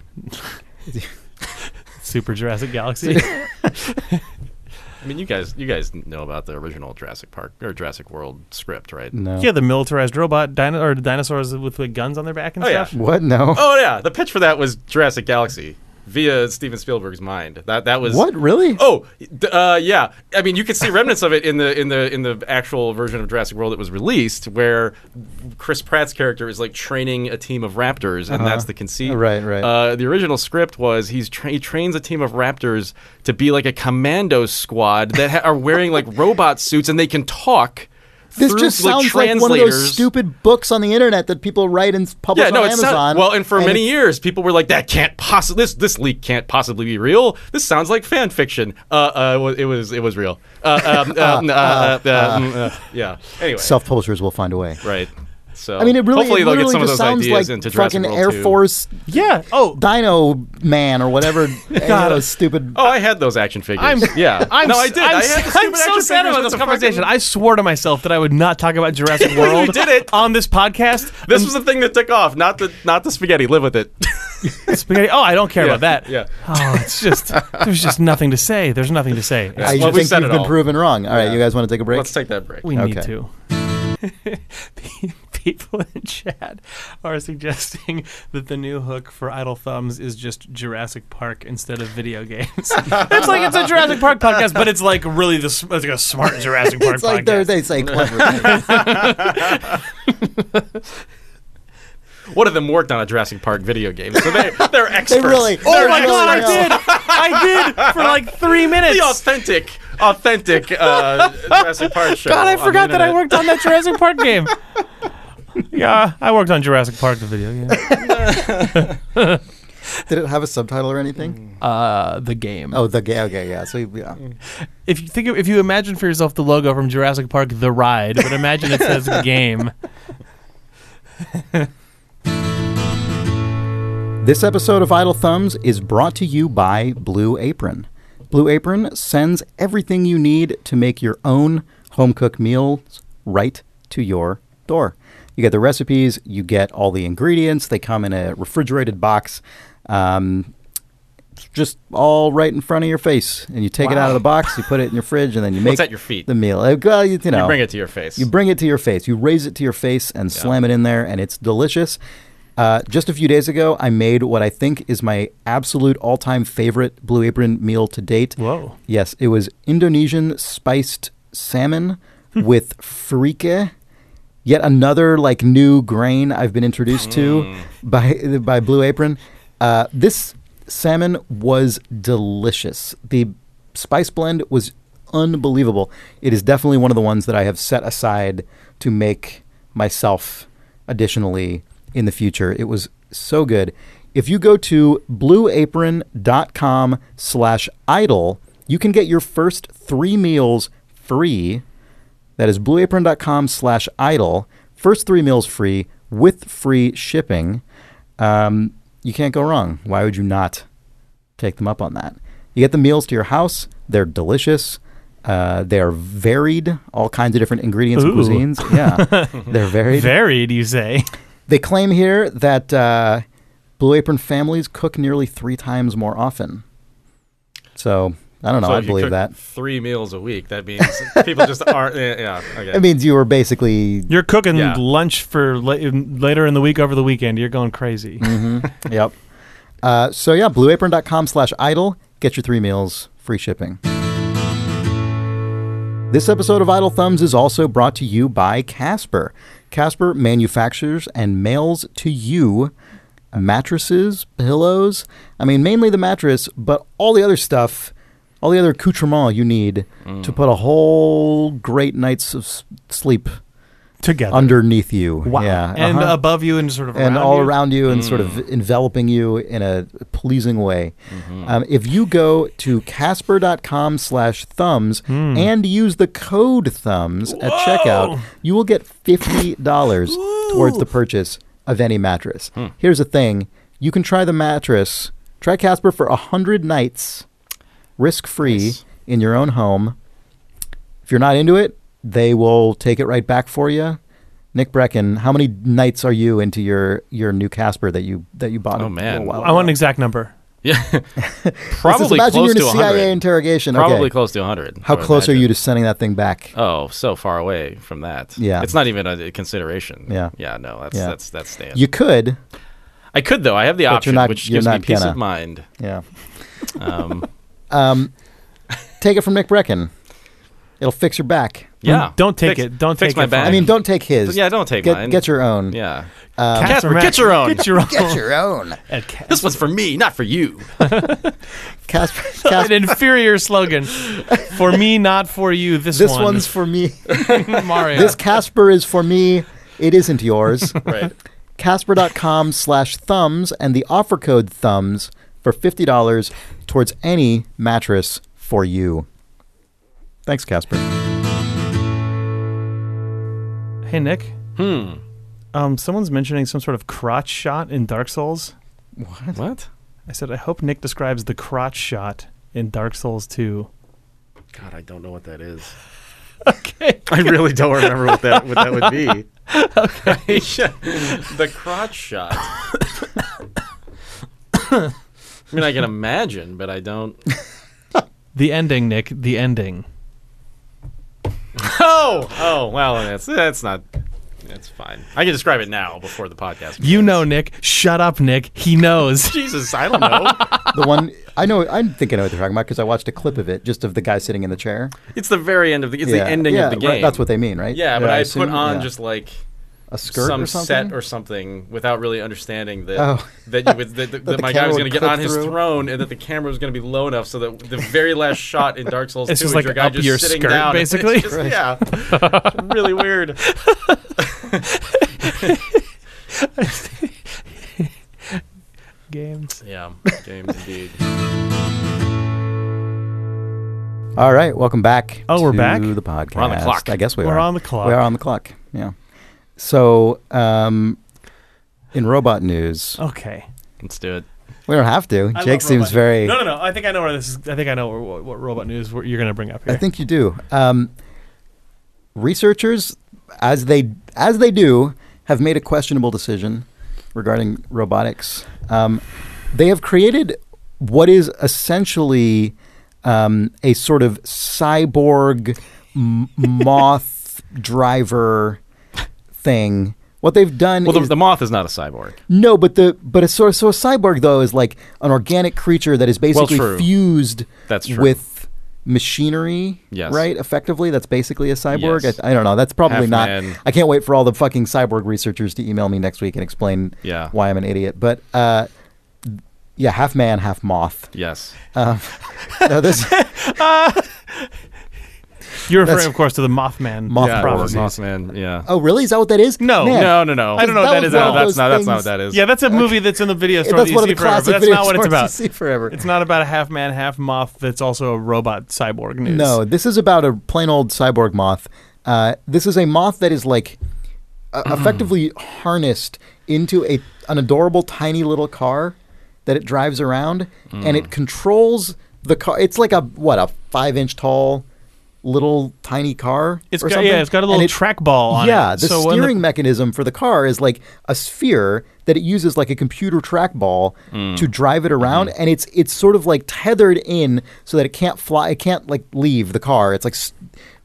S1: Super Jurassic Galaxy.
S4: I mean, you guys you guys know about the original Jurassic Park or Jurassic World script, right?
S2: No.
S1: yeah, the militarized robot dino- or dinosaurs with like, guns on their back and
S4: Oh, yeah.
S1: stuff.
S2: What? No.
S4: Oh yeah, the pitch for that was Jurassic Galaxy via Steven Spielberg's mind. That that was
S2: what? Really?
S4: Oh, d- uh, yeah. I mean, you can see remnants of it in the in the in the actual version of Jurassic World that was released, where Chris Pratt's character is like training a team of raptors, and that's the conceit.
S2: Uh-huh. Right, right.
S4: Uh, the original script was he's tra- he trains a team of raptors to be like a commando squad that ha- are wearing like robot suits and they can talk.
S2: this
S4: through,
S2: just sounds like one of those
S4: translators.
S2: stupid books on the internet that people write and s- publish
S4: Yeah, no,
S2: on
S4: it's
S2: Amazon.
S4: not. Well, and for
S2: and
S4: many
S2: it's-
S4: years, people were like, "That can't possibly this this leak can't possibly be real. This sounds like fan fiction." Uh, uh, it was- it was it was real. Uh, um, um, uh, uh, uh, mm, uh, yeah. Anyway,
S2: self-publishers will find a way.
S4: right. So
S2: I mean, it really,
S4: hopefully
S2: it
S4: they'll get
S2: literally
S4: some of
S2: just
S4: those
S2: sounds
S4: ideas
S2: like
S4: into Jurassic
S2: fucking
S4: World
S2: Air
S4: 2.
S2: Force
S1: Yeah. Oh,
S2: Dino Man or whatever. God, those stupid.
S4: Oh, I had those action figures.
S1: I'm
S4: yeah.
S1: I'm,
S4: no, I did.
S1: I'm,
S4: I had the
S1: I'm
S4: stupid
S1: so
S4: action
S1: sad
S4: figures
S1: about
S4: with
S1: this
S4: the
S1: conversation.
S4: fucking-
S1: I swore to myself that I would not talk about Jurassic World
S4: did it.
S1: on this podcast. Um,
S4: this was the thing that took off, not the not the spaghetti. Live with it.
S1: Spaghetti. Oh, I don't care
S4: Yeah,
S1: about that.
S4: yeah.
S1: Oh, it's just there's just nothing to say. There's nothing to say. It's-
S2: I
S4: well, we
S2: think
S4: said
S2: you've
S4: it
S2: been
S4: all.
S2: proven wrong. All right, you guys want to take a break?
S4: Let's take that break.
S1: We need
S2: Okay.
S1: to. People in chat are suggesting that the new hook for Idle Thumbs is just Jurassic Park instead of video games. it's like it's a Jurassic Park podcast, but it's like really the s- it's like a smart Jurassic Park
S2: it's
S1: podcast.
S2: like they're- they say clever. things.
S4: One of them worked on a Jurassic Park video game, so they they're experts.
S2: really-
S1: oh
S2: They're
S1: my god, I
S2: really
S1: did! I did for like three minutes.
S4: the authentic, authentic uh, Jurassic Park show. uh,
S1: God, I
S4: on the
S1: forgot that I
S2: uh,
S4: internet.
S1: worked on that Jurassic Park game. Yeah, I worked on Jurassic Park the video game.
S2: Did it have a subtitle or
S4: Mm.
S2: anything?
S1: Uh, the game.
S2: Oh, the gay. Okay, yeah. So yeah.
S1: if you think of, if you imagine for yourself the logo from Jurassic Park The Ride, but imagine it says game.
S2: This episode of Idle Thumbs is brought to you by Blue Apron. Blue Apron sends everything you need to make your own home cooked meals right to your door. You get the recipes, you get all the ingredients, they come in a refrigerated box. Um, it's just all right in front of your face, and you take it out of the box, you put it in your fridge, and then you make
S4: at your feet?
S2: the meal. Uh, well, you, you know,
S4: You bring it to your face.
S2: you bring it to your face. You raise it to your face and slam it in there, and it's delicious. Uh, just a few days ago, I made what I think is my absolute all time favorite Blue Apron meal to date.
S1: Whoa.
S2: Yes, it was Indonesian spiced salmon with frike. Yet another like new grain I've been introduced to by by Blue Apron. Uh, this salmon was delicious. The spice blend was unbelievable. It is definitely one of the ones that I have set aside to make myself additionally in the future. It was so good. If you go to blueapron.com slash idle, you can get your first three meals free. That is blueapron.com slash idle. First three meals free with free shipping. Um, you can't go wrong. Why would you not take them up on that? You get the meals to your house. They're delicious. Uh, they are varied, all kinds of different ingredients and
S1: Ooh.
S2: cuisines. Yeah, they're varied.
S1: Varied, you say?
S2: They claim here that uh, Blue Apron families cook nearly three times more often. So I don't know.
S4: So
S2: I
S4: if you
S2: believe
S4: cook
S2: that.
S4: Three meals a week. That means people just aren't. Yeah. yeah okay.
S2: It means you were basically.
S1: You're cooking
S4: Yeah.
S2: Mm.
S1: lunch for la- later in the week over the weekend. You're going crazy.
S2: yep. Uh, so yeah, blueapron.com slash idle. Get your three meals, free shipping. This episode of Idle Thumbs is also brought to you by Casper. Casper manufactures and mails to you mattresses, pillows. I mean, mainly the mattress, but all the other stuff, all the other accoutrement you need to put a whole great night's of s- sleep
S1: together.
S2: underneath you. Yeah,
S8: and
S2: uh-huh
S8: above you and sort of
S2: and
S8: around
S2: all
S8: you. Mm.
S2: around you and sort of enveloping you in a pleasing way.
S8: Mm-hmm.
S2: Um, if you go to casper.com slash thumbs and use the code thumbs at checkout, you will get $50 towards the purchase of any mattress.
S8: Hmm.
S2: Here's the thing. You can try the mattress. Try Casper for 100 nights, risk-free, in your own home. If you're not into it, they will take it right back for you. Nick Brecken, how many nights are you into your your new Casper that you that you bought?
S4: Oh, man.
S1: I want an exact number.
S4: Yeah,
S2: Let's just
S4: probably
S2: imagine
S4: close
S2: you're in
S4: to
S2: a CIA
S4: 100.
S2: interrogation.
S4: Probably
S2: okay.
S4: close to 100.
S2: How
S4: I would
S2: close are
S4: imagine.
S2: you to sending that thing back?
S4: Oh, so far away from that.
S2: Yeah.
S4: it's not even a consideration.
S2: Yeah.
S4: yeah, no, that's
S2: Yeah.
S4: that's that's stand.
S2: you could.
S4: I could though. I have the
S2: you're
S4: option,
S2: not-
S4: which
S2: you're
S4: gives me
S2: not
S4: peace
S2: gonna.
S4: of mind.
S2: Yeah.
S4: Um,
S2: Um, take it from Nick Brecken. It'll fix your back.
S4: yeah,
S1: don't take
S4: Fix-
S1: it. Don't
S4: fix
S1: take
S4: my
S1: it from
S4: back.
S2: I mean, don't take his.
S4: yeah, don't take
S2: get,
S4: mine.
S2: Get your own.
S4: yeah.
S2: Um,
S4: Casper,
S1: Mac-
S4: get your own.
S1: Get your own.
S2: get your own.
S1: At Cas-
S4: This one's for me, not for you.
S2: Casper.
S1: an
S2: Casper
S1: inferior slogan. For me, not for you. This,
S2: this
S1: one.
S2: one's for me.
S1: Mario.
S2: This Casper is for me. It isn't yours.
S4: right.
S2: casper.com slash thumbs and the offer code thumbs for $50 towards any mattress for you thanks casper
S1: hey, Nick. Hmm. Um, someone's mentioning some sort of crotch shot in Dark Souls.
S4: What?
S1: I said, I hope Nick describes the crotch shot in Dark Souls 2.
S9: God, I don't know what that is.
S1: Okay.
S9: I really don't remember what that what that would be.
S4: the crotch shot. I mean, I can imagine, but I don't.
S1: The ending, Nick. The ending.
S4: Oh, oh, well, that's that's not. That's fine. I can describe it now before the podcast.
S1: You know, Nick. Shut up, Nick. He knows.
S4: Jesus, I don't know.
S2: the one i know i think i know what they're talking about because i watched a clip of it just of the guy sitting in the chair
S4: it's the very end of the. It's the ending
S2: yeah,
S4: of the
S2: right,
S4: game.
S2: that's what they mean right
S4: Yeah, but I, put
S2: assume-
S4: on
S2: yeah.
S4: just like
S2: a skirt
S4: some
S2: or something
S4: set or something without really understanding that
S2: Oh.
S4: that, you would, that, that,
S2: the
S4: my guy
S2: camera
S4: was
S2: would
S4: going to get
S2: clip
S4: on his
S2: through.
S4: throne and that the camera was going to be low enough so that the very last shot in Dark Souls
S1: It's
S4: 2
S1: just
S4: is
S1: like
S4: your guy
S1: up
S4: just
S1: your
S4: sitting
S1: skirt,
S4: down. It's
S1: basically.
S4: just- Yeah, really weird.
S1: Games.
S4: Yeah, games indeed.
S2: all right welcome back
S1: Oh, we're
S2: to
S1: back?
S2: the podcast
S4: on the clock.
S2: i guess we
S1: We're
S2: are
S1: on the clock.
S2: we are on the clock yeah so um in robot news
S1: Okay.
S4: Let's do it.
S2: we don't have to
S1: I
S2: jake
S1: love
S2: seems
S1: robot-
S2: very
S1: No, no, no. I think I know where this is. I think I know where, what, what robot news where you're going to bring up here.
S2: I think you do. Um, researchers, as they as they do, have made a questionable decision regarding robotics. Um, they have created what is essentially um, a sort of cyborg m- moth driver thing. What they've done
S4: Well, the,
S2: is
S4: the moth is not a cyborg.
S2: no, but the but a sort of so a cyborg though is like an organic creature that is basically
S4: true.
S2: fused
S4: That's true.
S2: with machinery,
S4: Yes.
S2: right? Effectively, that's basically a cyborg.
S4: Yes.
S2: I, I don't know. That's probably
S4: Half
S2: not.
S4: man.
S2: I can't wait for all the fucking cyborg researchers to email me next week and explain
S4: Yeah.
S2: why I'm an idiot. But uh, yeah, half man, half moth.
S4: Yes.
S2: No, this
S1: You're
S2: That's-
S1: referring, of course, to the Mothman. Yeah,
S2: Mothman. Yeah,
S1: prophecy.
S4: Mothman. Yeah.
S2: oh really? Is that what that is?
S1: No.
S2: Man,
S4: No, no, no.
S1: I don't know what
S2: That
S1: that
S2: was
S1: is.
S2: one
S1: at
S2: of
S1: all.
S4: No,
S2: those
S4: that's not. That's not
S2: things-
S4: what that is.
S1: yeah, that's a movie that's in the video store
S2: That's
S1: that you
S2: one of
S1: see
S2: the
S1: forever,
S2: classic
S1: but that's
S2: video
S1: not what it's
S2: stores
S1: about.
S2: You see forever.
S1: It's not about a half man, half moth that's also a robot cyborg news.
S2: No, this is about a plain old cyborg moth. Uh, this is a moth that is like uh,
S1: Mm-hmm.
S2: effectively harnessed into a an adorable tiny little car that it drives around, and
S1: Mm.
S2: it controls the car. It's like a what a five inch tall little tiny car.
S1: It's
S2: or
S1: got,
S2: something,
S1: yeah, it's got a
S2: and
S1: little
S2: it-
S1: trackball on it.
S2: yeah, the
S1: So when
S2: steering mechanism for the car is like a sphere that it uses like a computer trackball
S1: Mm.
S2: to drive
S1: Mm-hmm.
S2: it around, and it's it's sort of like tethered in so that it can't fly, it can't like leave the car. It's like s-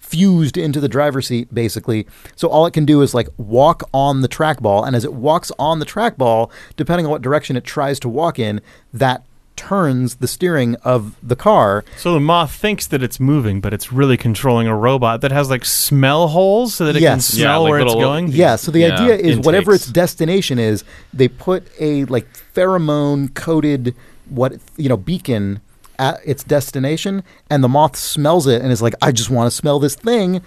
S2: fused into the driver's seat, basically. So all it can do is like walk on the trackball, and as it walks on the trackball, depending on what direction it tries to walk in, that turns the steering of the car.
S1: So the moth thinks that it's moving, but it's really controlling a robot that has like smell holes so that it can
S2: Yes.
S4: Yeah,
S1: smell
S4: like
S1: where
S4: little-
S1: it's going.
S2: Yeah, so the
S4: Yeah,
S2: idea is whatever its
S4: intakes.
S2: destination is, they put a like pheromone coated what you know beacon at its destination and the moth smells it and is like I just want to smell this thing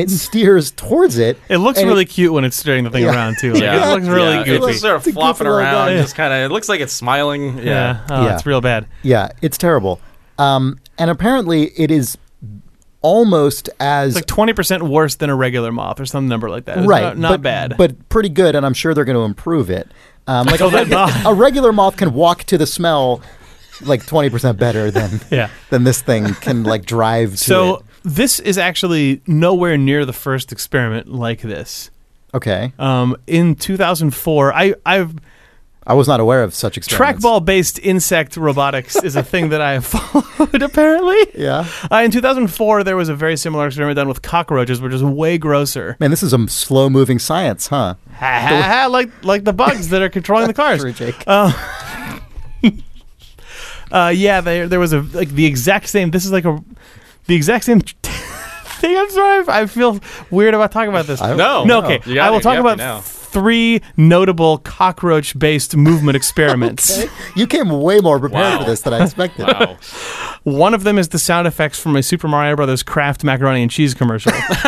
S2: it steers towards it.
S1: It looks
S2: and
S1: really cute when it's steering the thing
S2: Yeah.
S1: around too. Like,
S4: Yeah.
S1: It looks really
S4: yeah. It's
S1: goofy.
S4: just sort of
S2: It's a goofy
S4: flopping
S2: little
S4: around,
S2: guy.
S4: just kind of. It looks like it's smiling. Yeah.
S1: yeah. Oh,
S2: Yeah.
S1: it's real bad.
S2: Yeah, it's terrible. Um and apparently it is almost as
S1: It's like twenty percent worse than a regular moth or some number like that. It's
S2: right,
S1: Not, not
S2: but,
S1: bad.
S2: but pretty good, and I'm sure they're going to improve it. Um, like
S1: Oh, that moth.
S2: a regular moth can walk to the smell like 20% better than
S1: Yeah.
S2: than this thing can like drive to
S1: So
S2: it.
S1: this is actually nowhere near the first experiment like this.
S2: okay
S1: Um, in 2004, I, I've
S2: i was not aware of such experiments
S1: trackball-based insect robotics is a thing that I have followed. Apparently,
S2: yeah
S1: uh, in 2004 there was a very similar experiment done with cockroaches, which is way grosser.
S2: man this is a slow moving science huh
S1: Ha, ha, ha, like like the bugs that are controlling the cars.
S2: True, Jake.
S1: Uh, yeah, there there was a like the exact same. This is like a the exact same thing. I'm sorry, I feel weird about talking about this.
S2: I don't-
S4: No.
S1: no, okay.
S4: You got
S1: I will
S4: it.
S1: talk
S4: You have
S1: about
S4: to now.
S1: three notable cockroach-based movement experiments.
S2: you came way more prepared
S4: Wow.
S2: for this than i expected
S4: Wow.
S1: One of them is the sound effects from a Super Mario Brothers Kraft macaroni and cheese commercial.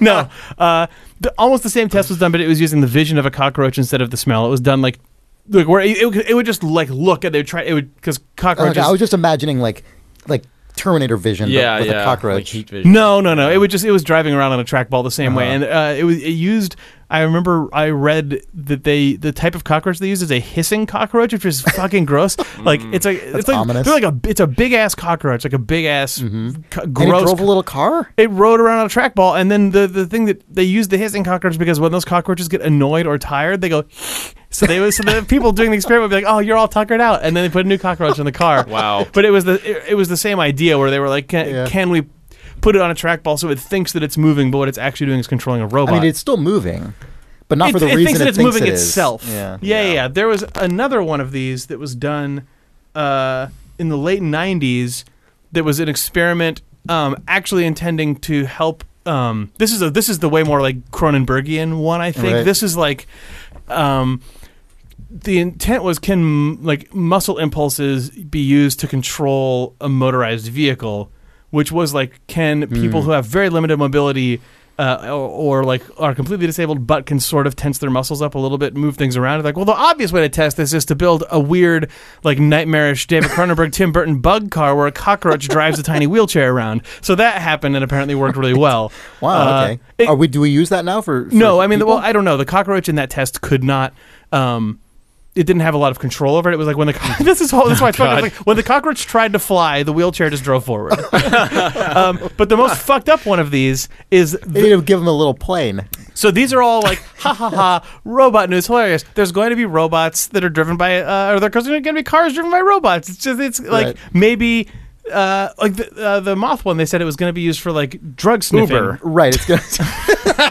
S1: no, uh, the, almost the same test was done, but it was using the vision of a cockroach instead of the smell. It was done like, like where it, it, would- it would just like look and they would try it would because cockroaches.
S2: Like, i was just imagining like like terminator vision but
S4: yeah,
S2: with
S4: yeah.
S2: a
S4: Like
S2: cockroach
S4: heat vision.
S1: No, no, no. It would just it was driving around on a trackball the same way, and
S2: Uh-huh.
S1: uh, it was it used. I remember I read that they the type of cockroach they use is a hissing cockroach, which is fucking gross. Like it's like it's like
S2: ominous. Mm-hmm.
S1: they're like a it's a big ass cockroach, like a big ass co-
S2: and it
S1: gross.
S2: drove a little car
S1: it rode around on a trackball, and then the the thing that they use the hissing cockroach because when those cockroaches get annoyed or tired, they go. So they would- so the people doing the experiment would be like, "Oh, you're all tuckered out," and then they put a new cockroach in the car.
S4: Wow.
S1: But it was the it, it was the same idea where they were like, can,
S2: Yeah.
S1: can we put it on a trackball so it thinks that it's moving, but what it's actually doing is controlling a
S2: i
S1: robot."
S2: mean it's still moving but not
S1: It-
S2: for the
S1: it
S2: reason
S1: thinks that
S2: it
S1: it's
S2: thinks
S1: moving
S2: it is.
S1: itself.
S2: yeah
S1: Yeah. Yeah, yeah, There was another one of these that was done uh, in the late '90s. That was an experiment um, actually intending to help. Um, this is a this is the way more like Cronenbergian one. I think
S2: Right.
S1: this is like. Um, the intent was can m- like muscle impulses be used to control a motorized vehicle which was like can
S2: Hmm.
S1: people who have very limited mobility uh, or, or like are completely disabled but can sort of tense their muscles up a little bit move things around like well the obvious way to test this is to build a weird like nightmarish david cronenberg tim burton bug car where a cockroach drives a tiny wheelchair around so that happened and apparently worked really well
S2: wow
S1: Uh,
S2: okay
S1: it-
S2: are we do we use that now for, for
S1: no, I mean,
S2: people?
S1: well, I don't know. The cockroach in that test could not. Um, it didn't have a lot of control over it. It was like when the co- this is all this is why
S2: Oh,
S1: it's fucked up. Like, when the cockroach tried to fly, the wheelchair just drove forward. um, but the most fucked up one of these is
S2: They need to give him a little plane.
S1: so these are all like, ha ha ha, robot news, hilarious. There's going to be robots that are driven by, uh, or there's going to be cars driven by robots. It's just, it's like
S2: Right.
S1: maybe, uh, like the, uh, the moth one. They said it was going to be used for like drug sniffing.
S4: Uber.
S2: Right, it's gonna.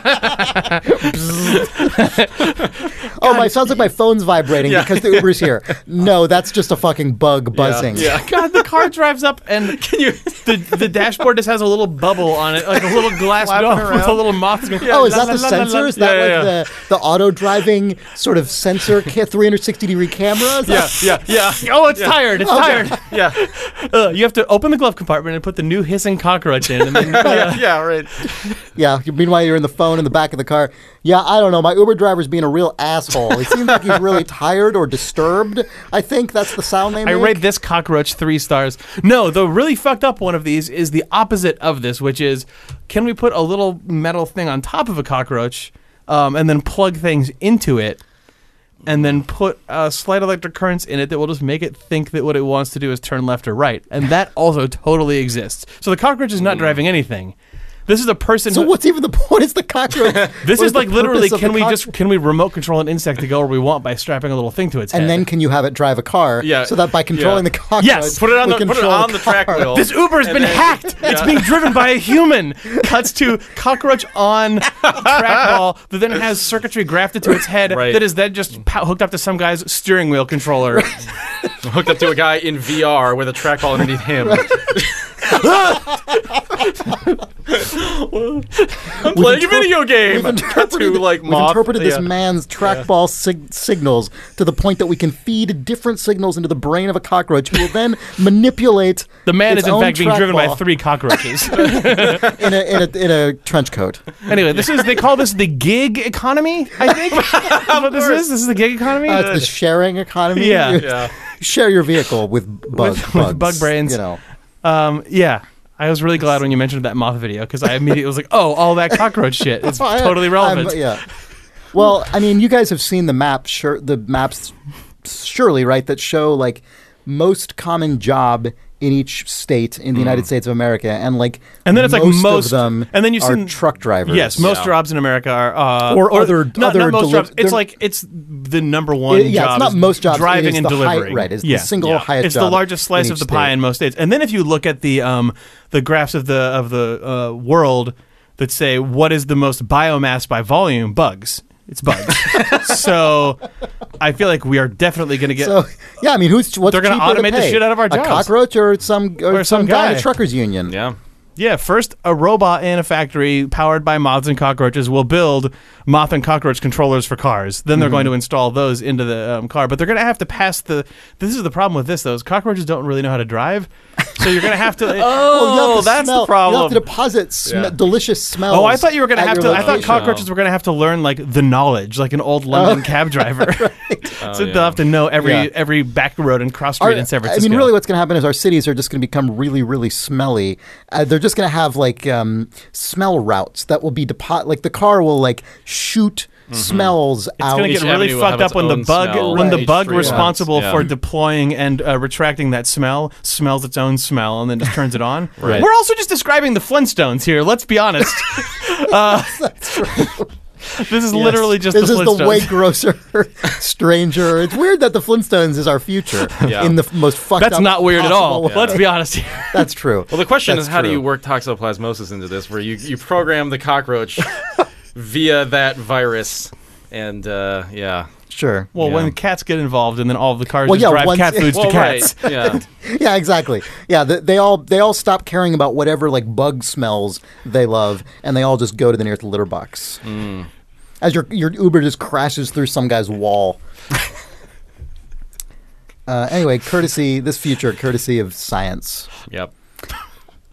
S2: oh, my sounds like my phone's vibrating because the Uber's here. No, that's just a fucking bug buzzing.
S4: Yeah.
S1: God, the car drives up and can you? The the dashboard just has a little bubble on it, like a little glass
S2: Flapping
S1: dome with a
S2: around.
S1: little moth. going,
S2: Oh, is
S1: la, la, la,
S2: that the
S1: la, la.
S2: sensor? Is
S1: Yeah,
S2: that
S1: yeah,
S2: like
S1: yeah.
S2: the the auto driving sort of sensor ca- 360 degree camera? Is that-
S4: Yeah. Yeah.
S1: Oh, it's tired. It's tired.
S4: Yeah.
S1: Uh, you have to open the glove compartment and put the new hissing cockroach in, and then
S4: Yeah. Yeah. Right.
S2: yeah. Meanwhile, you're in the phone in the back of the car. Yeah, I don't know. My Uber driver's being a real asshole. He seems like he's really tired or disturbed. I think that's the sound they
S1: I
S2: make.
S1: rate this cockroach three stars. No, the really fucked up one of these is the opposite of this, which is can we put a little metal thing on top of a cockroach um, and then plug things into it and then put uh, slight electric currents in it that will just make it think that what it wants to do is turn left or right. And that also totally exists. So the cockroach is not driving anything. This is a person.
S2: Mm. So
S1: who,
S2: what's even the point? It's the cockroach.
S1: This
S2: What
S1: is
S2: the
S1: like literally.
S2: purpose of
S1: Can
S2: the
S1: we
S2: cock-
S1: just can we remote control an insect to go where we want by strapping a little thing to its
S2: And
S1: head?
S2: then can you have it drive a car?
S4: Yeah,
S2: So that by controlling
S4: yeah.
S2: the cockroach,
S1: Yes,
S4: Put it on
S2: we
S4: the put it
S2: control
S4: on the track
S2: car.
S4: wheel.
S1: This Uber has
S4: And
S1: been
S4: then-
S1: hacked. It's
S4: Yeah.
S1: being driven by a human. Cuts to cockroach on trackball that then has circuitry grafted to its head
S4: Right.
S1: that is then just pow- hooked up to some guy's steering wheel controller.
S4: hooked up to a guy in VR with a trackball underneath him. I'm playing a
S2: interpre-
S4: video
S2: We've
S4: game. Cut to
S2: interpreted,
S4: like
S2: we've
S4: moth-
S2: interpreted this
S4: yeah.
S2: man's trackball sig- signals to the point that we can feed different signals into the brain of a cockroach, who will then manipulate
S1: The man
S2: its
S1: is in
S2: own
S1: fact being driven by
S2: trackball
S1: three cockroaches.
S2: in a, in, a, in a trench coat.
S1: anyway, this is they call this the gig economy. I think Is what this is. This is the gig economy.
S2: Uh, it's the sharing economy.
S1: Yeah.
S2: You
S4: Yeah.
S2: Share your vehicle with bug
S1: With- with
S2: bugs,
S1: bug brains.
S2: You know.
S1: um, yeah. I was really glad when you mentioned that moth video because I immediately was like, "Oh, all that cockroach shit is
S2: I-
S1: totally
S2: I'm-
S1: relevant."
S2: Oh, Um, yeah. Well, I mean, you guys have seen the map, sure, the maps, surely, right? That show like most common job in each state in the United States of America, and like,
S1: Mm. And then it's like most-
S2: of them,
S1: and then you've
S2: are
S1: seen-
S2: truck drivers.
S1: Yes, most
S4: Yeah.
S1: jobs in America are uh,
S2: Or other-
S1: not, not
S2: other
S1: most
S2: deli-
S1: jobs. It's
S2: they're-
S1: like it's the number one.
S2: It- yeah,
S1: job
S2: it's not
S1: is
S2: most jobs. it
S1: Driving
S2: is
S1: and
S2: the high-
S1: delivering,
S2: right? It's
S1: yeah.
S2: the single highest.
S1: It's
S2: job
S1: the largest slice
S2: in
S1: of
S2: each
S1: the pie
S2: state.
S1: in most states. And then if you look at the um, the graphs of the of the uh, world that say what is the most biomass by volume, bugs. It's bugs. so I feel like we are definitely going to get.
S2: So yeah, I mean, who's what's
S1: They're gonna
S2: cheaper to
S1: automate the
S2: pay?
S1: shit out of our
S2: A
S1: jobs.
S2: cockroach or some or,
S1: Or some
S2: guy in
S1: guy.
S2: a truckers union.
S4: Yeah.
S1: Yeah, first a robot in a factory powered by moths and cockroaches will build moth and cockroach controllers for cars. Then they're going
S2: Mm-hmm.
S1: to install those into the um, car, but they're going to have to pass the. This is the problem with this though: is cockroaches don't really know how to drive, so you're going to have to.
S2: Well, you have to
S1: oh, that's
S2: smell-
S1: the problem.
S2: You have to deposit sm-
S4: Yeah.
S2: delicious smells.
S1: Oh, I thought you were going to
S2: at
S1: have
S2: your
S1: to. I thought
S2: location.
S1: cockroaches were going to have to learn like the knowledge, like an old London cab driver. so
S4: yeah.
S1: they'll have to know every
S2: Oh. Yeah.
S1: every back road and cross street
S2: Our-
S1: in San Francisco.
S2: I mean, really, what's going to happen is our cities are just going to become really, really smelly. Uh, they're just going to have like um, smell routes that will be depo- like the car will like shoot smells
S1: Mm-hmm. It's
S2: out.
S1: gonna get
S4: Each
S1: really
S4: avenue will
S1: fucked
S4: have
S1: up
S4: its
S1: when the
S4: own
S1: bug
S4: smell.
S1: when the
S2: Right.
S1: bug
S4: Each tree
S1: responsible
S4: has-
S1: for
S4: yeah.
S1: deploying and uh, retracting that smell smells its own smell and then just turns it on.
S2: Right.
S1: We're also just describing the Flintstones here. Let's be honest. Uh, this is literally just
S2: this
S1: the
S2: is
S1: Flintstones.
S2: the way grosser, stranger. It's weird that the Flintstones is our future
S4: Yeah.
S2: in the f- most fucked
S1: That's
S2: up.
S1: not weird at all.
S2: possible way.
S1: Let's be honest here.
S2: That's true.
S4: Well, the question
S2: That's
S4: is, how do
S2: true.
S4: you work toxoplasmosis into this? Where you you program the cockroach via that virus, and uh, yeah.
S2: Sure.
S1: Well,
S4: Yeah.
S1: when cats get involved and then all of the cars
S2: Well,
S1: just
S2: yeah,
S1: drive
S2: once-
S1: cat foods
S4: Well,
S1: to cats.
S4: right. Yeah.
S2: yeah, exactly. Yeah, th they all they all stop caring about whatever like bug smells they love, and they all just go to the nearest litter box. As your your Uber just crashes through some guy's wall. uh, anyway, courtesy this future courtesy of science.
S4: yep.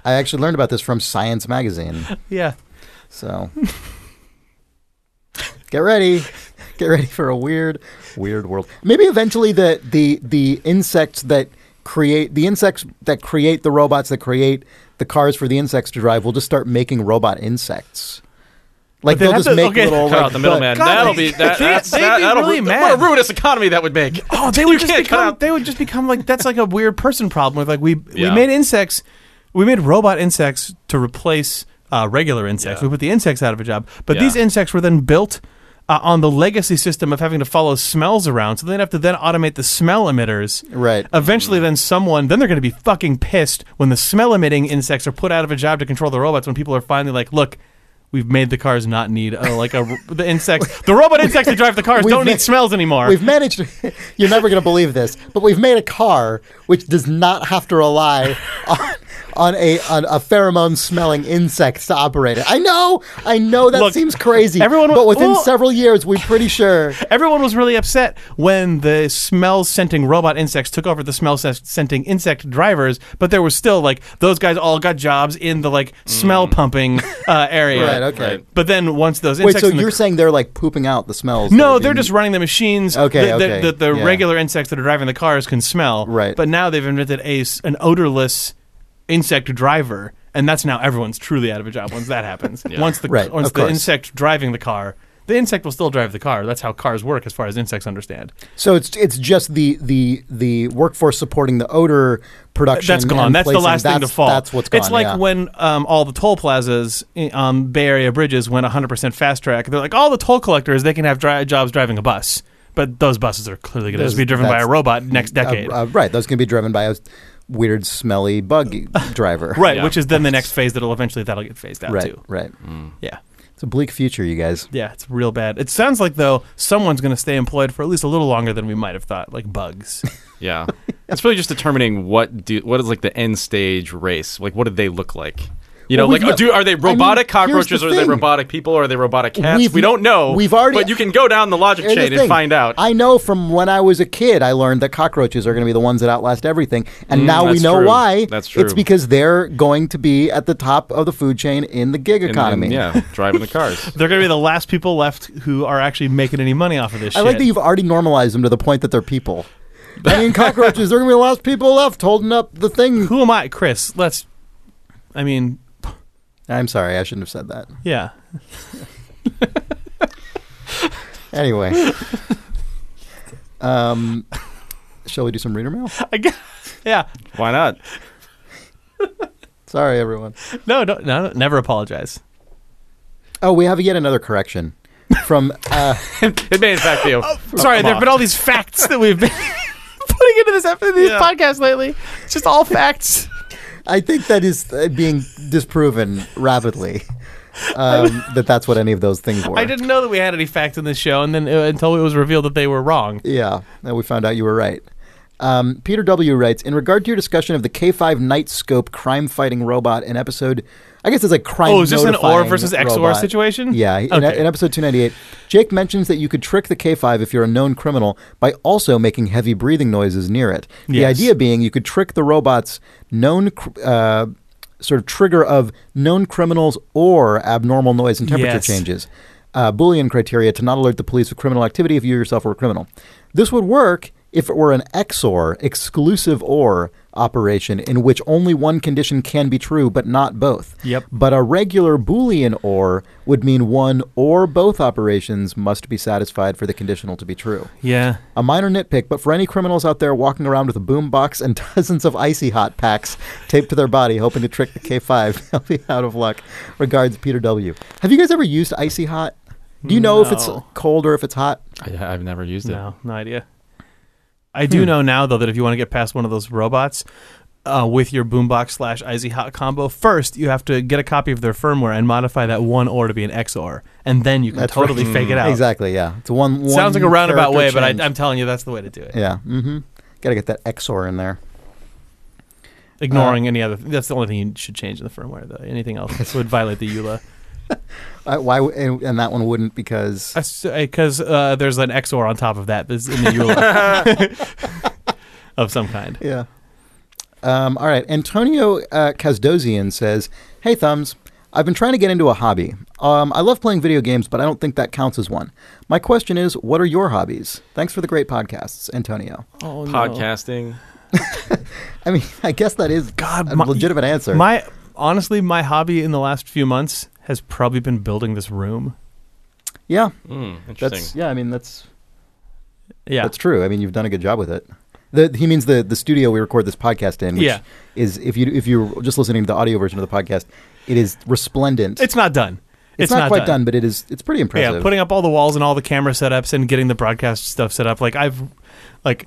S2: I actually learned about this from Science Magazine.
S1: Yeah.
S2: So get ready. Get ready for a weird, weird world. Maybe eventually the the the insects that create the insects that create the robots that create the cars for the insects to drive will just start making robot insects. Like
S1: they
S2: they'll
S1: have
S2: just
S1: to-
S2: make
S1: okay,
S2: little
S4: Cut
S2: like,
S4: out the middleman.
S1: God,
S4: That'll
S1: they-
S4: be that,
S1: they-
S4: that's,
S1: they'd
S4: that,
S1: be
S4: that'll
S1: really
S4: ru-
S1: mad.
S4: What a ruinous economy that would make.
S1: Oh, they would
S4: You
S1: just
S4: can't cut
S1: become.
S4: out-
S1: They would just become like that's like a weird person problem. With like we
S4: Yeah.
S1: we made insects, we made robot insects to replace uh, regular insects.
S4: Yeah.
S1: We put the insects out of a job, but
S4: Yeah.
S1: these insects were then built. Uh, on the legacy system of having to follow smells around, so they'd have to then automate the smell emitters.
S2: Right.
S1: Eventually, then someone, then they're going to be fucking pissed when the smell emitting insects are put out of a job to control the robots. When people are finally like, "Look, we've made the cars not need uh, like a the insects, the robot insects that drive the cars
S2: We've
S1: don't
S2: ma-
S1: need smells anymore."
S2: We've managed. you're never going to believe this, but we've made a car which does not have to rely on on a on a pheromone smelling insect to operate it. I know, I know that
S1: Look,
S2: seems crazy.
S1: everyone-
S2: but within
S1: well-
S2: several years, we're pretty sure.
S1: Everyone was really upset when the smell scenting robot insects took over the smell se- scenting insect drivers, but there was still like those guys all got jobs in the like smell pumping uh, area.
S2: Mm. Right. Okay.
S4: Right.
S1: But then once those
S2: Wait.
S1: insects,
S2: So
S1: in the-
S2: you're saying they're like pooping out the smells? that
S1: no,
S2: are
S1: they're
S2: being-
S1: just running the machines.
S2: Okay,
S1: that, that-
S2: okay,
S1: that the
S2: yeah.
S1: regular insects that are driving the cars can smell.
S2: Right.
S1: But now they've invented a s- an odorless insect driver, and that's now everyone's truly out of a job once that happens. Once the
S2: Right,
S1: once
S2: of
S1: the
S2: course.
S1: insect driving the car The insect will still drive the car. That's how cars work, as far as insects understand.
S2: So it's it's just the the the workforce supporting the odor production.
S1: That's gone.
S2: and
S1: That's the
S2: placing-
S1: last thing to
S2: that's-
S1: fall.
S2: That's what's gone.
S1: It's like
S2: yeah.
S1: when um, all the toll plazas i- on Bay Area bridges went 100% fast track. They're like, all the toll collectors, they can have dri- jobs driving a bus. But those buses are clearly going to just be driven by a
S2: that's-
S1: robot next decade.
S2: Uh, uh, right, those can be driven by a weird, smelly bug driver.
S1: right,
S4: yeah.
S1: which is then the next phase that'll eventually that'll get phased out
S2: right,
S1: too.
S2: right.
S1: Yeah.
S2: It's a bleak future, you guys.
S1: Yeah, it's real bad. It sounds like though someone's going to stay employed for at least a little longer than we might have thought, like bugs.
S4: Yeah, it's really just determining what do what is like the end stage race. Like, what do they look like? You know,
S2: Well, we've
S4: like oh,
S2: no-
S4: do are they
S2: I mean, here's
S4: robotic
S2: the
S4: cockroaches? Are they
S2: thing.
S4: robotic people? Are they robotic cats?
S2: We've-
S4: we don't know.
S2: we've already-
S4: but you can go down the logic
S2: Here's the
S4: chain and
S2: thing.
S4: find out.
S2: I know from when I was a kid, I learned that cockroaches are going to be the ones that outlast everything, and now we
S4: Mm, that's
S2: know
S4: true.
S2: why.
S4: That's
S2: It's
S4: true.
S2: because they're going to be at the top of the food chain in the gig
S4: And- and,
S2: economy.
S4: yeah, driving the cars.
S1: They're going to be the last people left who are actually making any money off of this
S2: I
S1: shit.
S2: like that you've already normalized them to the point that they're people. I mean, cockroaches, they're going to be the last people left holding up the thing.
S1: who am I, Chris? Let's I mean,
S2: I'm sorry, I shouldn't have said that.
S1: yeah.
S2: Anyway. um, shall we do some reader mail?
S1: I guess, yeah.
S4: Why not?
S2: Sorry, everyone.
S1: No, no, no, never apologize.
S2: Oh, we have yet another correction from. Uh,
S4: It may in fact be. a-
S2: Oh,
S1: Sorry, there
S4: come
S1: have
S4: on.
S1: been all these facts that we've been putting into this episode, these
S4: Yeah.
S1: podcasts lately. It's just all facts.
S2: I think that is uh, being disproven rapidly. Um, that that's what any of those things were.
S1: I didn't know that we had any facts in this show, and then uh, until it was revealed that they were wrong.
S2: Yeah, and we found out you were right. Um, Peter W. writes In regard to your discussion of the K5 Night Scope crime fighting robot in episode, I guess it's like crime
S1: Oh, is this an or
S2: notifying
S1: versus XOR
S2: robot.
S1: situation?
S2: Yeah, in,
S1: Okay.
S2: in episode 298, Jake mentions that you could trick the K5 if you're a known criminal by also making heavy breathing noises near it. The
S1: Yes.
S2: idea being you could trick the robot's known. cr- Uh, Sort of trigger of known criminals or abnormal noise and temperature
S1: Yes.
S2: changes uh, Boolean criteria to not alert the police of criminal activity if you yourself were a criminal. This would work if it were an XOR, exclusive OR operation, in which only one condition can be true but not both.
S1: Yep.
S2: But a regular Boolean OR would mean one or both operations must be satisfied for the conditional to be true.
S1: Yeah.
S2: A minor nitpick, but for any criminals out there walking around with a boom box and dozens of icy hot packs taped to their body, hoping to trick the K5, they'll be out of luck. Regards, Peter W. Have you guys ever used icy hot? Do you know if it's
S1: No.
S2: cold or if it's hot?
S4: I, I've never used it.
S1: No, no idea. I do know now though that if you want to get past one of those robots uh, with your boombox slash icy hot combo, first you have to get a copy of their firmware and modify that one or to be an XOR, and then you can
S2: That's
S1: totally
S2: right.
S1: fake it out.
S2: Exactly. Yeah, it's a one. one
S1: Sounds like a roundabout
S2: character
S1: way, but
S2: change.
S1: I, I'm telling you that's the way to do it.
S2: yeah. Mm-hmm. Got to get that XOR in there.
S1: Ignoring any other, that's the only thing you should change in the firmware though. Anything else would violate the E EULA.
S2: Uh, why? w- And, and that one wouldn't because
S1: Because uh, there's an XOR on top of that that's in the E EULA of some kind.
S2: Yeah. Um, all right. Antonio uh, Kazdosian says, Hey, Thumbs. I've been trying to get into a hobby. Um, I love playing video games, but I don't think that counts as one. My question is, what are your hobbies? Thanks for the great podcasts, Antonio.
S1: Oh,
S4: Podcasting.
S2: I mean, I guess that is
S1: God,
S2: a
S1: my-
S2: legitimate answer.
S1: My honestly, my hobby in the last few months has probably been building this room.
S2: yeah,
S4: Mm, interesting.
S2: that's yeah. I mean, that's
S1: Yeah,
S2: that's true. I mean, you've done a good job with it. The, he means the the studio we record this podcast in, which
S1: Yeah.
S2: is if you if you're just listening to the audio version of the podcast, it is resplendent.
S1: it's not done.
S2: It's not, quite done. but it is it's pretty impressive.
S1: Yeah, putting up all the walls and all the camera setups and getting the broadcast stuff set up. Like I've, like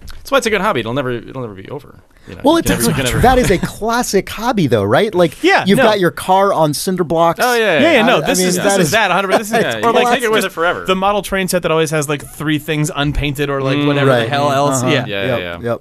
S4: That's why it's a good hobby. It'll never it'll never be over. You know,
S2: Well,
S4: you
S2: it's
S4: can never- you can never-
S2: that is a classic hobby, though, right? Like,
S1: Yeah,
S2: you've
S1: no.
S2: got your car on cinder blocks.
S4: Oh yeah.
S1: yeah, yeah,
S2: I-
S1: no,
S2: I
S1: this
S2: mean,
S1: is
S2: that
S1: this
S2: is-
S1: is that 100. This is
S4: Yeah, you
S1: or like
S4: can take it with
S1: just
S4: it forever.
S1: The model train set that always has like three things unpainted or like
S4: Mm,
S1: whatever the
S4: right.
S1: hell else.
S2: Uh-huh.
S1: Yeah. yeah,
S4: Yeah.
S2: Yep.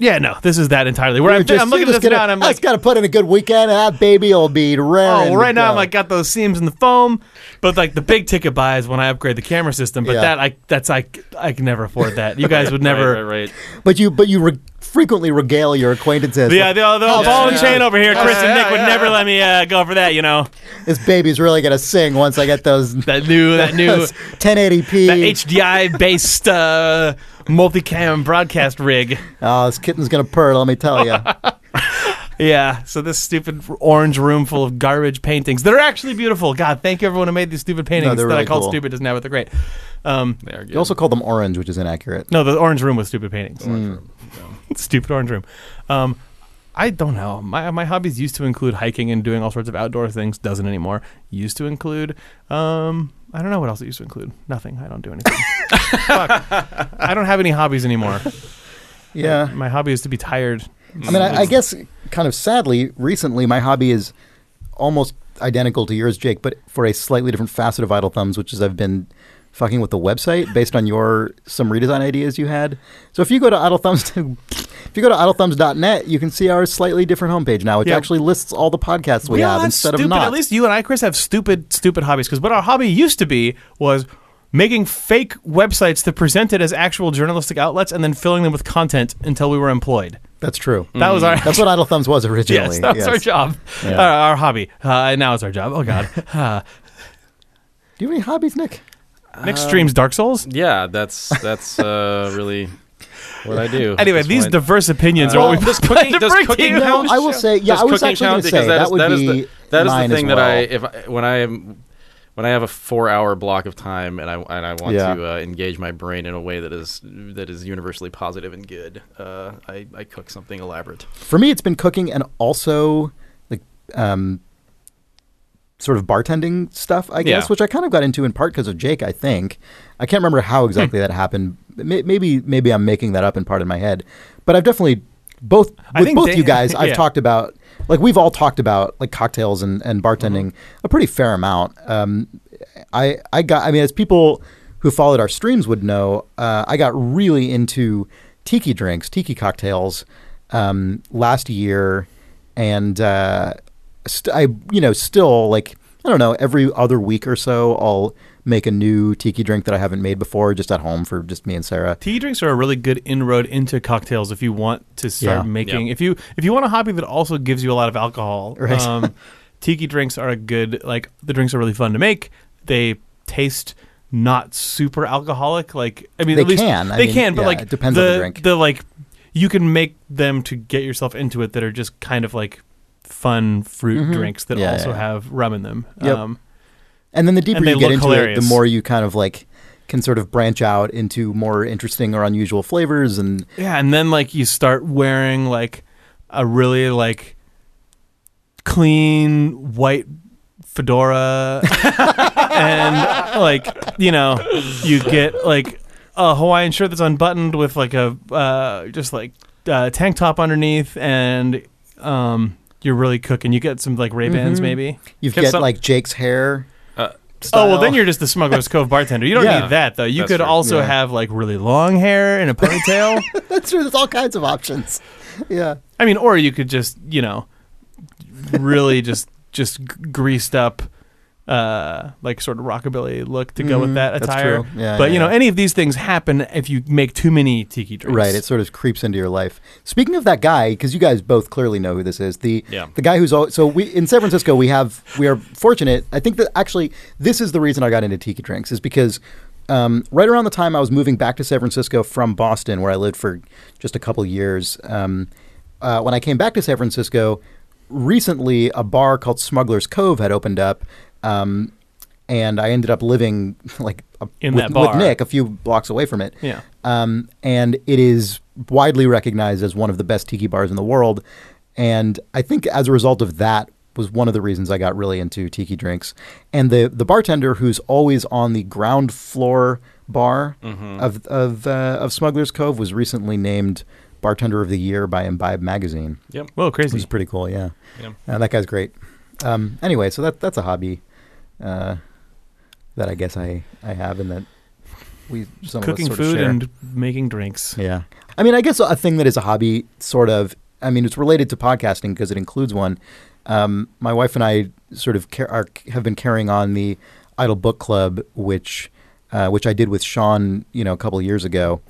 S2: yep.
S1: no, this is that entirely. Where
S2: You're
S1: I'm,
S2: just-
S1: I'm looking
S2: you're
S1: at
S2: just
S1: this
S2: gonna-
S1: now and I'm
S2: I
S1: like,
S2: just got to put in a good weekend, and that baby will be raring.
S1: Oh, well, right
S2: to
S1: now
S2: go.
S1: I'm like got those seams in the foam, but like the big ticket buy is when I upgrade the camera system. But
S2: Yeah.
S1: that I that's I I can never afford that. You guys would
S4: Right,
S1: never.
S4: right, right.
S2: but you, but you re- frequently regale your acquaintances.
S1: Yeah, the, the
S2: Oh,
S1: ball and
S2: yeah.
S1: chain over here. Chris
S4: yeah,
S1: and Nick would
S4: yeah.
S1: never let me uh, go for that. You know
S2: this baby's really gonna sing once I get those,
S1: that new that new
S2: those 1080p.
S1: that HDI based uh, multicam broadcast rig.
S2: oh, this kitten's gonna purr. Let me tell you.
S1: Yeah, so this stupid orange room full of garbage paintings that are actually beautiful. God, thank you everyone who made these stupid paintings that
S2: they're
S1: I
S2: really
S1: called
S2: cool.
S1: stupid doesn't have it. They're great. Um,
S4: They are good.
S2: You also call them orange, which is inaccurate.
S1: no, the orange room was stupid paintings.
S2: Mm.
S1: stupid orange room. Um, I don't know. My my hobbies used to include hiking and doing all sorts of outdoor things. Doesn't anymore. Used to include. Um, I don't know what else it used to include. Nothing. I don't do anything. Fuck. I don't have any hobbies anymore.
S2: Yeah.
S1: My hobby is to be tired.
S2: I mean,
S1: Mm.
S2: I, I guess kind of sadly, recently my hobby is almost identical to yours, Jake, but for a slightly different facet of Idle Thumbs, which is I've been fucking with the website based on your some redesign ideas you had. So if you go to Idle Thumbs, to, if you go to idlethumbs.net, you can see our slightly different homepage now, which
S1: Yeah.
S2: actually lists all the podcasts we
S1: all
S2: have instead
S1: stupid,
S2: of not.
S1: At least you and I, Chris, have stupid, stupid hobbies. Because what our hobby used to be was making fake websites that presented as actual journalistic outlets and then filling them with content until we were employed.
S2: That's true.
S1: That was our.
S2: Mm, That's what Idle Thumbs was originally.
S1: yes, that was our job.
S2: Yeah.
S1: Our, our hobby. Uh, now it's our job. Oh God. Uh,
S2: Do you have any hobbies, Nick?
S1: Nick
S2: Um,
S1: streams Dark Souls.
S4: Yeah, that's that's uh, really what I do.
S1: Anyway,
S4: That's
S1: these
S4: why-
S1: diverse opinions
S2: Uh,
S1: are what we
S4: does cooking,
S1: to
S4: does
S1: bring to
S4: cooking
S1: you.
S4: count?
S2: No, I will say- yeah,
S4: Does
S2: I was
S4: cooking
S2: actually
S4: count?
S2: gonna
S4: Because
S2: say,
S4: that
S2: that
S4: is,
S2: would
S4: that is
S2: be
S4: the, that is
S2: mine
S4: the
S2: as
S4: thing that I
S2: well.
S4: if I, when I am when I have a four hour block of time and I and I want
S2: Yeah.
S4: to uh, engage my brain in a way that is that is universally positive and good, uh, I I cook something elaborate.
S2: For me, it's been cooking and also like um, sort of bartending stuff, I guess,
S4: Yeah.
S2: which I kind of got into in part because of Jake. I think I can't remember how exactly that happened. May- Maybe maybe I'm making that up in part in my head, but I've definitely both
S1: I
S2: with
S1: think
S2: both
S1: Dan-
S2: you guys. I've
S1: yeah.
S2: talked about like we've all talked about like cocktails and and bartending a pretty fair amount. Um, I I got I mean as people who followed our streams would know, uh, I got really into tiki drinks, tiki cocktails um, last year, and uh, st- I you know still like I don't know every other week or so I'll make a new tiki drink that I haven't made before just at home for just me and Sarah.
S1: Tea drinks are a really good inroad into cocktails if you want to start
S2: Yeah.
S1: making.
S4: Yeah.
S1: If you if you want a hobby that also gives you a lot of alcohol,
S2: Right.
S1: um, tiki drinks are a good like the drinks are really fun to make. They taste not super alcoholic. Like I mean,
S2: They
S1: at least
S2: can. I
S1: they
S2: mean,
S1: can, but
S2: yeah,
S1: like
S2: it depends on the drink.
S1: The like you can make them to get yourself into it that are just kind of like fun fruit
S2: Mhm.
S1: drinks that
S2: Yeah,
S1: also
S2: yeah, yeah.
S1: have rum in them. Um,
S2: Yep. And then the deeper
S1: And they
S2: you get
S1: look
S2: into it,
S1: hilarious.
S2: the more you kind of like can sort of branch out into more interesting or unusual flavors and
S1: Yeah, and then like you start wearing like a really like clean white fedora and like you know you get like a Hawaiian shirt that's unbuttoned with like a uh, just like uh, tank top underneath and um you're really cooking you get some like Ray Bans
S2: Mhm.
S1: maybe
S2: you
S4: Can
S2: get
S4: some-
S2: like Jake's hair.
S4: Uh,
S1: oh well then
S2: style.
S1: you're just the Smuggler's Cove bartender you don't
S2: Yeah.
S1: need that though you
S4: That's
S1: could
S4: true.
S1: also
S2: Yeah.
S1: have like really long hair and a ponytail
S2: That's true. There's all kinds of options. Yeah.
S1: I mean, or you could just, you know, really just just g- greased up, uh, like sort of rockabilly look to go with
S2: Mhm,
S1: that
S2: that's
S1: attire.
S2: true. Yeah,
S1: but
S2: yeah,
S1: you know,
S2: yeah.
S1: any of these things happen if you make too many tiki drinks.
S2: Right. It sort of creeps into your life. Speaking of that guy, because you guys both clearly know who this is. The
S4: Yeah.
S2: the guy who's all, so we in San Francisco we have we are fortunate. I think that actually this is the reason I got into tiki drinks is because um, right around the time I was moving back to San Francisco from Boston, where I lived for just a couple years. Um, uh, when I came back to San Francisco, recently a bar called Smuggler's Cove had opened up. Um, and I ended up living like a,
S1: In
S2: with,
S1: that
S2: with
S1: bar.
S2: Nick, a few blocks away from it
S1: Yeah.
S2: um, and it is widely recognized as one of the best tiki bars in the world. And I think as a result of that was one of the reasons I got really into tiki drinks. And the the bartender who's always on the ground floor bar
S4: mm-hmm.
S2: of of uh, of Smuggler's Cove was recently named bartender of the year by Imbibe magazine,
S4: Yep.
S1: Whoa,
S2: which is
S1: crazy.
S2: pretty cool. Yeah,
S4: Yeah.
S2: Uh, that guy's great. Um, anyway, so that that's a hobby uh, that I guess I I have, and that we some
S1: Cooking
S2: of us sort of
S1: food
S2: share.
S1: and making drinks.
S2: Yeah. I mean, I guess a thing that is a hobby, sort of, I mean, it's related to podcasting because it includes one. Um, my wife and I sort of car- are, have been carrying on the Idle Book Club, which, uh, which I did with Sean, you know, a couple of years ago.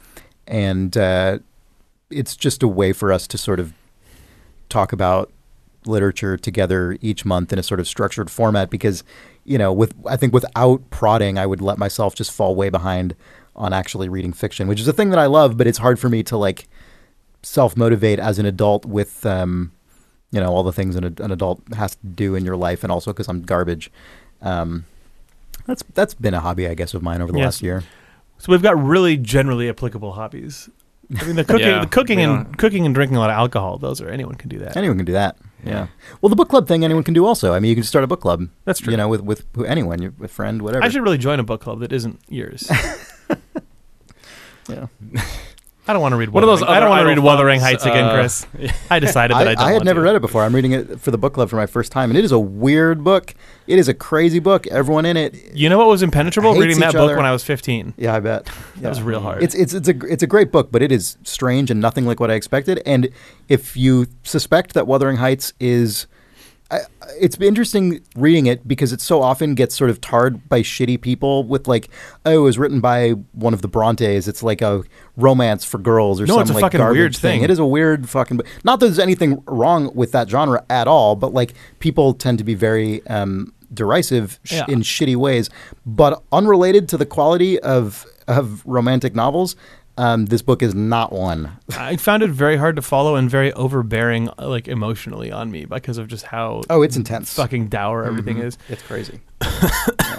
S2: And uh, it's just a way for us to sort of talk about literature together each month in a sort of structured format because you know with i think without prodding i would let myself just fall way behind on actually reading fiction which is a thing that i love but it's hard for me to like self-motivate as an adult with um you know all the things an, ad- an adult has to do in your life, and also because I'm garbage. Um, that's that's been a hobby, I guess, of mine over the
S1: Yes.
S2: last year.
S1: So we've got really generally applicable hobbies. I mean, the cooking,
S4: Yeah,
S1: the cooking,
S4: we
S1: and
S4: don't-
S1: cooking and drinking a lot of alcohol. Those are anyone can do that.
S2: Anyone can do that. Yeah. Well, the book club thing anyone can do also. I mean, you can start a book club.
S1: That's true.
S2: You know, with with who- anyone, your a friend, whatever.
S1: I should really join a book club that isn't yours.
S2: Yeah.
S1: I don't want to read
S4: One of those
S1: Wuthering- I don't
S4: other
S1: want to read
S4: idle
S1: Wuthering
S4: thoughts,
S1: Heights again,
S4: uh,
S1: Chris. I decided that I,
S2: I,
S1: don't
S2: I had
S1: want
S2: never
S1: to.
S2: read it before. I'm reading it for the book club for my first time, and it is a weird book. It is a crazy book. Everyone in it.
S1: You know what was impenetrable?
S2: Hates
S1: Reading that
S2: each
S1: book
S2: other.
S1: when I was 15.
S2: Yeah, I bet.
S1: That was
S2: Yeah.
S1: real hard.
S2: It's it's it's a gr- it's a great book, but it is strange and nothing like what I expected. And if you suspect that Wuthering Heights is, I, it's interesting reading it because it so often gets sort of tarred by shitty people with like, oh, it was written by one of the Brontes. It's like a romance for girls or
S1: No,
S2: some
S1: it's a
S2: like
S1: fucking
S2: garbage
S1: weird thing.
S2: It is a weird fucking. bo- Not that there's anything wrong with that genre at all, but like people tend to be very. Um, derisive sh-
S1: Yeah.
S2: in shitty ways. But unrelated to the quality of of romantic novels, um, this book is not one.
S1: I found it very hard to follow and very overbearing, uh, like emotionally on me because of just how
S2: Oh, Mm-hmm. it's intense.
S1: fucking dour everything is.
S2: It's crazy.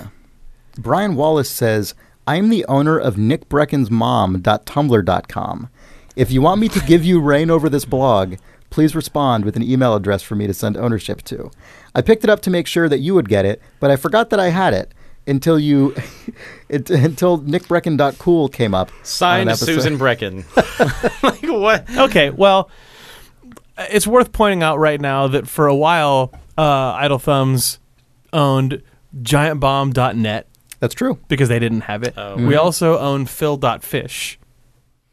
S2: Brian Wallace says, "I'm the owner of Nick Brecken's mom.tumblr.com. If you want me to give you reign over this blog." Please respond with an email address for me to send ownership to. I picked it up to make sure that you would get it, but I forgot that I had it until you, it, until nickbrecken.cool came up. on an
S4: Signed
S2: episode.
S4: Susan Brecken. like what?
S1: Okay, well, it's worth pointing out right now that for a while, uh, Idle Thumbs owned giantbomb.net
S2: That's true.
S1: because they didn't have it.
S4: Oh.
S2: Mm-hmm.
S1: We also own phil.fish,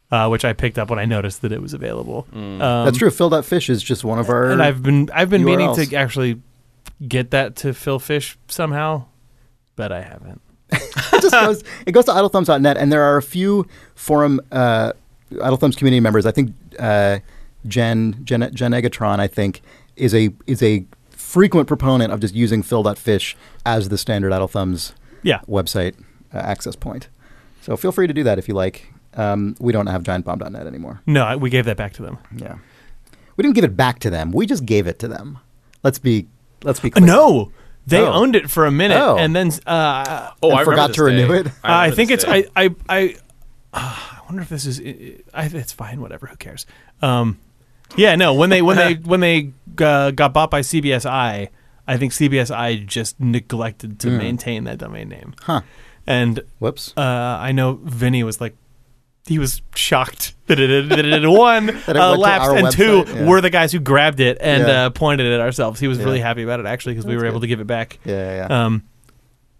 S1: uh, which I picked up when I noticed that it was available. Um,
S2: That's true. Phil Fish is just one of our.
S1: and I've been I've been meaning
S2: URLs.
S1: to actually get that to Phil Fish somehow, but I haven't.
S2: it just goes. It goes to idlethumbs.net, and there are a few forum uh, idlethumbs community members. I think uh, Jen Jen Jen Egatron, I think, is a is a frequent proponent of just using Phil Fish as the standard idlethumbs
S1: Yeah,
S2: website uh, access point. So feel free to do that if you like. Um, we don't have giantbomb.net anymore.
S1: no, I, we gave that back to them.
S2: Yeah, we didn't give it back to them. We just gave it to them. Let's be let's be clear.
S1: Uh, No, they
S2: Oh.
S1: owned it for a minute,
S2: Oh.
S1: and then uh,
S4: Oh,
S2: And
S4: I remember
S2: forgot
S4: this
S2: to renew
S4: day.
S2: it?
S1: I,
S4: remember
S1: think
S4: this
S1: it's
S4: day.
S1: I I I, ah, I wonder if this is I, I, it's fine. Whatever, who cares? Um, yeah, no. When they when they when they uh, got bought by CBSI, I think CBSI just neglected to maintain that domain name,
S2: Huh.
S1: and
S2: Whoops.
S1: uh, I know Vinny was like, he was shocked that it, had- that it had one
S2: it
S1: uh,
S2: went to
S1: lapsed,
S2: our
S1: and two
S2: website, yeah.
S1: were the guys who grabbed it and
S2: Yeah.
S1: uh, pointed it at ourselves. He was
S2: Yeah.
S1: really happy about it actually because we
S2: That's
S1: were able to
S2: good.
S1: give it back.
S2: Yeah, yeah. yeah.
S1: Um,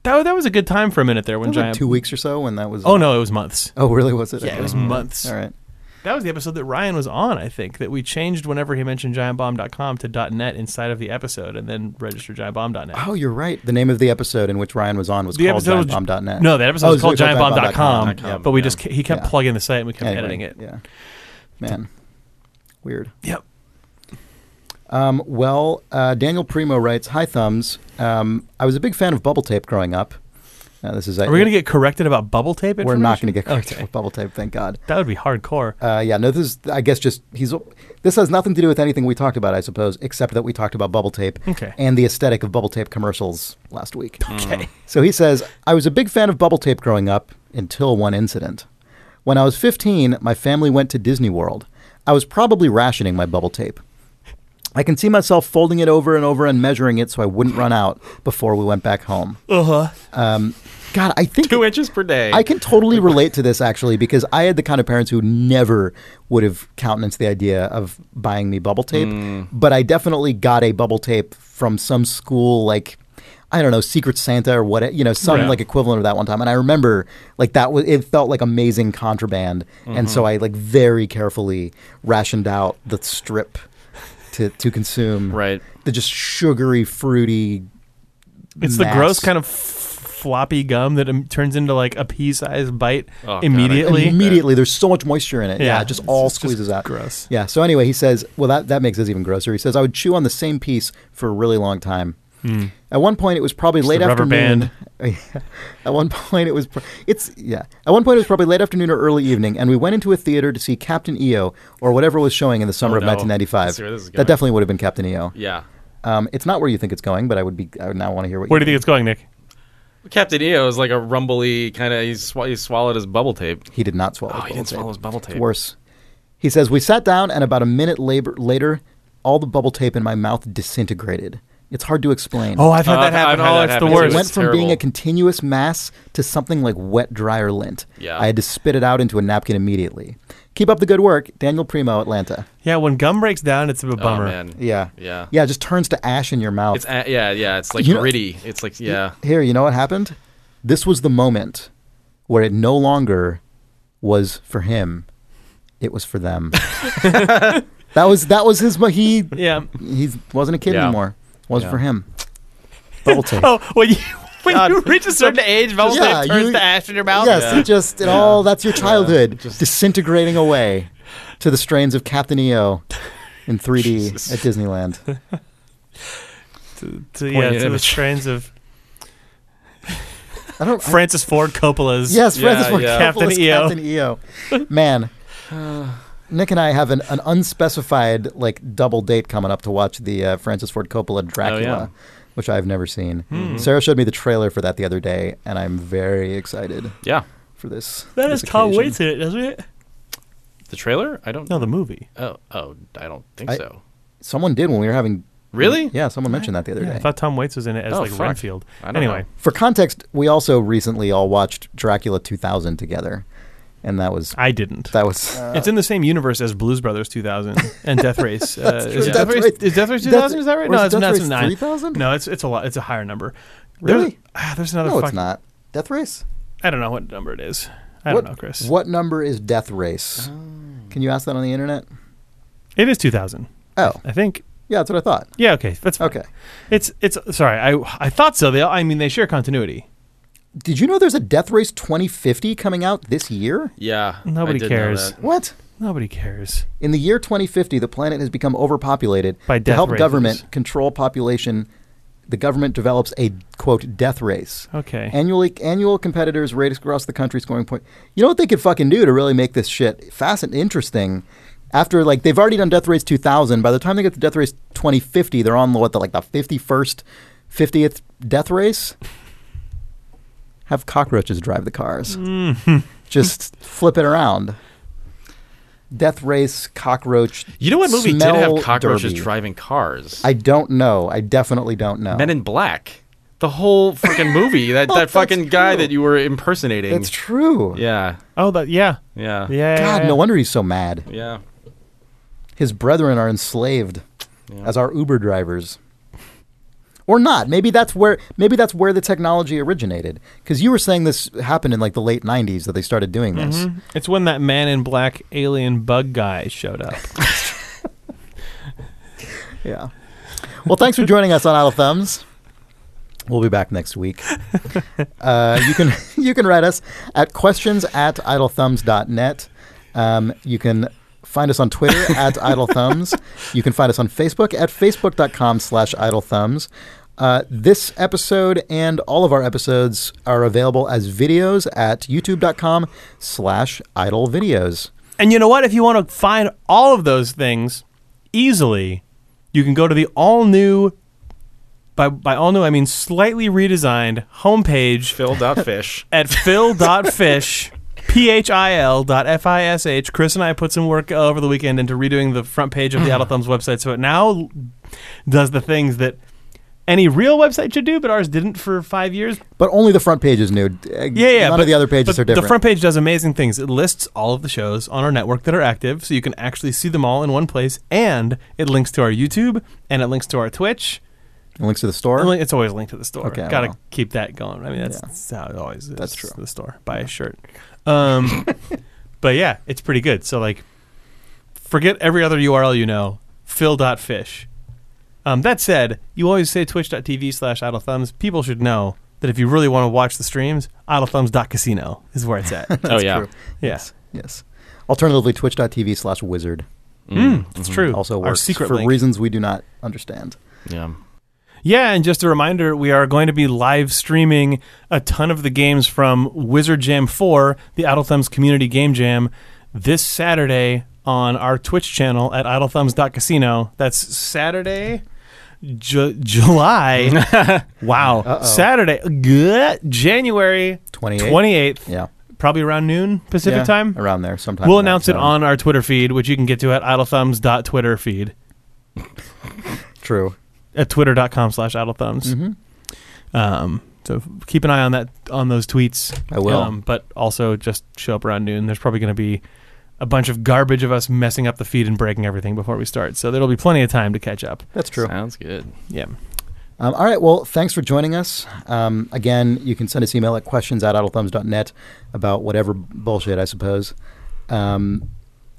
S1: that wa- that was a good time for a minute there when
S2: That was like
S1: Giant.
S2: two weeks or so when that was.
S1: Oh no, it was months. Mm-hmm.
S2: Oh, really? Was it?
S1: Yeah,
S2: Okay.
S1: it was months.
S2: All right.
S1: That was the episode that Ryan was on, I think, that we changed whenever he mentioned giantbomb.com to .net inside of the episode and then registered giantbomb.net.
S2: Oh, you're right. The name of the episode in which Ryan was on was
S1: The
S2: called
S1: episode was-
S2: giantbomb.net.
S1: No, that episode
S2: Oh,
S1: was
S2: so
S1: called
S2: it was called
S1: giantbomb.com,
S2: giantbomb.com. Yeah,
S1: but we
S2: yeah.
S1: just he kept
S2: Yeah.
S1: plugging the site and we kept
S2: Anyway,
S1: editing it.
S2: Yeah. Man, weird.
S1: Yep.
S2: Um, well, uh, Daniel Primo writes, "Hi thumbs. Um, I was a big fan of bubble tape growing up. Uh, this is.
S1: Are we going to get corrected about bubble tape?
S2: We're not
S1: information?
S2: going to get corrected
S1: Okay.
S2: with bubble tape. Thank God.
S1: That would be hardcore.
S2: Uh, yeah, no, this is, I guess, just he's. This has nothing to do with anything we talked about, I suppose, except that we talked about bubble tape
S1: Okay.
S2: and the aesthetic of bubble tape commercials last week. Mm.
S1: Okay.
S2: So he says, I was a big fan of bubble tape growing up until one incident. When I was 15, my family went to Disney World. I was probably rationing my bubble tape. I can see myself folding it over and over and measuring it so I wouldn't run out before we went back home.
S1: Uh huh.
S2: God, I think
S4: two inches per day.
S2: I can totally relate to this actually because I had the kind of parents who never would have countenanced the idea of buying me bubble tape, but I definitely got a bubble tape from some school like I don't know Secret Santa or what you know some
S1: Right.
S2: like equivalent of that one time, and I remember like that was it felt like amazing contraband, and so I like very carefully rationed out the strip to to consume
S4: right.
S2: the just sugary fruity.
S1: It's the
S2: mass.
S1: gross kind of f- floppy gum that um, turns into like a pea sized bite
S4: Oh, God, I-
S1: immediately.
S2: Immediately, there's so much moisture in it. Yeah,
S1: Yeah.
S2: it just all
S1: It's just
S2: squeezes out.
S1: gross.
S2: Yeah. So anyway, he says, well, that, that makes this even grosser. He says, I would chew on the same piece for a really long time.
S4: Hmm.
S2: At one point, it was probably late
S1: the rubber
S2: afternoon. At one point, it was pr- it's yeah. At one point, it was probably late afternoon or early evening, and we went into a theater to see Captain EO or whatever was showing in the summer
S4: Oh,
S2: of
S4: no. I
S2: 1995.
S4: see where this is
S2: That
S4: going.
S2: definitely would have been Captain EO.
S4: Yeah.
S2: Um, it's not where you think it's going, but I would be. I would now want to hear what.
S1: Where do you think it's going, Nick?
S4: Captain EO is like a rumbly kind of. He, sw- he swallowed his bubble tape.
S2: He did not swallow.
S4: Oh, he didn't
S2: tape.
S4: swallow his bubble tape.
S2: It's worse. He says we sat down, and about a minute labor- later, all the bubble tape in my mouth disintegrated. It's hard to explain.
S1: Oh, I've had
S4: Uh,
S1: that
S4: I've-
S1: happen.
S4: I've had
S1: oh,
S4: that
S1: it's
S4: happen
S1: the
S4: too.
S2: it
S4: was
S1: worst.
S2: went from being
S4: terrible.
S2: a continuous mass to something like wet, dry, or lint.
S4: Yeah.
S2: I had to spit it out into a napkin immediately. Keep up the good work, Daniel Primo, Atlanta.
S1: Yeah, when gum breaks down, it's a bummer.
S4: Oh, man.
S2: Yeah.
S4: Yeah.
S2: Yeah, it just turns to ash in your mouth.
S4: It's a- yeah, yeah. It's like
S2: You know-
S4: gritty. It's like yeah.
S2: Here, you know what happened? This was the moment where it no longer was for him; it was for them. that was that was his. mo- He
S1: Yeah.
S2: he wasn't a kid
S4: Yeah.
S2: anymore. It was
S4: Yeah.
S2: for him. Bubble tape.
S1: Oh, when you when you reach a certain
S8: age, bubble
S2: Yeah, tape turns you- to
S8: ash in your
S2: Yes,
S4: Yeah.
S2: it just it all that's your childhood disintegrating away to the strains of Captain EO in 3D at Disneyland.
S1: to, to,
S4: Poignant
S1: yeah, to the
S4: image.
S1: strains of
S2: I don't I-
S1: Francis Ford Coppola's.
S2: Yes, Francis
S4: Yeah,
S2: Ford
S4: yeah. E
S2: Captain,
S1: Captain EO.
S2: Captain EO. Man.
S4: Uh,
S2: Nick and I have an, an unspecified like double date coming up to watch the uh, Francis Ford Coppola Dracula,
S4: Oh, yeah. Mm-hmm.
S2: which I've never seen.
S4: hmm.
S2: Sarah showed me the trailer for that the other day, and I'm very excited
S4: Yeah.
S2: for this.
S1: That
S2: this
S1: has Tom
S2: occasion.
S1: Waits in it, doesn't it?
S4: The trailer? I don't.
S1: No, the movie.
S4: Oh, oh, I don't think
S2: I-
S4: so.
S2: Someone did when we were having.
S4: Really?
S2: Yeah, someone mentioned that the other
S1: Yeah, I
S2: day.
S1: thought Tom Waits was in it as
S4: Oh,
S1: like
S4: fuck.
S1: Renfield.
S4: I don't
S1: Anyway,
S4: know.
S2: For context, we also recently all watched Dracula 2000 together, and that was
S1: I didn't.
S2: that uh, was
S1: it's in the same universe as Blues Brothers 2000 and Death Race. Uh, is,
S4: true.
S1: Death
S2: Death
S1: Race
S2: Race-
S1: is Death Race
S2: Death-
S1: 2000? Is that right?
S2: or
S1: No,
S2: is
S1: it's
S2: Death
S1: not
S2: Race
S1: it's nine.
S2: 3000?
S1: No, it's it's a lot. It's a higher number. There's,
S2: Really?
S1: ah, there's another.
S2: no, it's
S1: fuck-
S2: not. Death Race.
S1: I don't know what number it is. I
S2: what,
S1: don't know, Chris.
S2: What number is Death Race? Can you ask that on the internet?
S1: It is 2000.
S2: Oh,
S1: I think.
S2: yeah, that's what I thought.
S1: Yeah. Okay. That's fine.
S2: Okay.
S1: It's it's sorry. I I thought so. They I mean they share continuity.
S2: Did you know there's a Death Race 2050 coming out this year?
S4: Yeah. I
S1: Nobody
S4: did know
S1: cares.
S4: that.
S2: What?
S1: Nobody cares.
S2: In the year 2050, the planet has become overpopulated.
S1: By
S2: to
S1: death
S2: help
S1: races.
S2: government control population, the government develops a quote death race.
S1: Okay.
S2: Annually, annual competitors race across the country, scoring point. You know what they could fucking do to really make this shit fascinating, interesting. After like they've already done Death Race 2000. By the time they get to Death Race 2050, they're on what the like the 51st, 50th Death Race. Have cockroaches drive the cars.
S4: Mm.
S2: Just flip it around. Death Race cockroach.
S4: You know what movie did
S2: smell
S4: have cockroaches
S2: derby.
S4: driving cars?
S2: I don't know. I definitely don't know.
S4: Men in Black. The whole freaking movie. That that
S2: Oh, that's
S4: fucking guy
S2: true.
S4: that you were impersonating.
S2: That's true.
S4: Yeah.
S1: oh, that yeah.
S4: Yeah.
S1: Yeah. yeah,
S2: God,
S1: yeah.
S2: no wonder he's so mad.
S4: Yeah.
S2: his brethren are enslaved as our Uber drivers. Or not. Maybe that's where maybe that's where the technology originated. Because you were saying this happened in like the late '90s that they started doing this.
S1: It's when that man in black alien bug guy showed up.
S2: Yeah. Well, thanks for joining us on Out of Thumbs. We'll be back next week. Uh, you can you can write us at questions at idlethumbs.net. Um, you can find us on Twitter at idlethumbs. You can find us on Facebook at facebook.com slash idlethumbs. Uh, this episode and all of our episodes are available as videos at youtube.com slash idle videos.
S1: And you know what? If you want to find all of those things easily, you can go to the all new by by all new I mean slightly redesigned homepage
S4: Phil Dot Fish.
S1: at phil.fish p-h-i-l dot f-i-s-h chris and i put some work over the weekend into redoing the front page of the out of thumbs website so it now l- does the things that any real website should do but ours didn't for five years
S2: But only the front page is new. Yeah,
S1: yeah yeah
S2: None
S1: but-
S2: of the other pages
S1: but
S2: are different.
S1: the front page does amazing things it lists all of the shows on our network that are active so you can actually see them all in one place and it links to our youtube and it links to our twitch
S2: Links to the store.
S1: Link- it's always linked to the store.
S2: Okay,
S1: Gotta
S2: well.
S1: keep that going. I mean, that's,
S2: Yeah.
S1: that's how it always is.
S2: That's true.
S1: The store, buy a shirt. Um, but yeah, it's pretty good. So like, forget every other URL you know. Phil.fish. Um, that said, you always say twitch.tv slash idle thumbs. People should know that if you really want to watch the streams, idlethumbs.casino is where it's at.
S4: oh yeah.
S2: true.
S1: yes.
S2: Yes. Alternatively, twitch.tv slash wizard
S1: Mm, that's true.
S2: mm-hmm. also
S1: Our
S2: works
S1: secret
S2: for
S1: link.
S2: reasons we do not understand.
S4: Yeah.
S1: Yeah, and just a reminder, we are going to be live streaming a ton of the games from Wizard Jam 4, the Idle Thumbs Community Game Jam, this Saturday on our Twitch channel at idlethumbs.casino. That's Saturday, Ju- July. wow. Saturday, good, January
S2: 28th?
S1: 28th.
S2: Yeah.
S1: Probably around noon Pacific
S2: Yeah,
S1: time.
S2: around there sometime.
S1: We'll
S2: in that
S1: announce it
S2: zone.
S1: on our Twitter feed, which you can get to at idlethumbs.twitter feed
S2: True.
S1: at twitter.com slash idlethumbs. Um, so keep an eye on that on those tweets. Um,
S2: I will.
S1: but also just show up around noon. There's probably going to be a bunch of garbage of us messing up the feed and breaking everything before we start. So there'll be plenty of time to catch up.
S2: That's true.
S9: Sounds good.
S1: Yeah.
S2: Um, all right. Well, thanks for joining us. Um, again, you can send us email at questions at idlethumbs.net about whatever bullshit, I suppose. Um,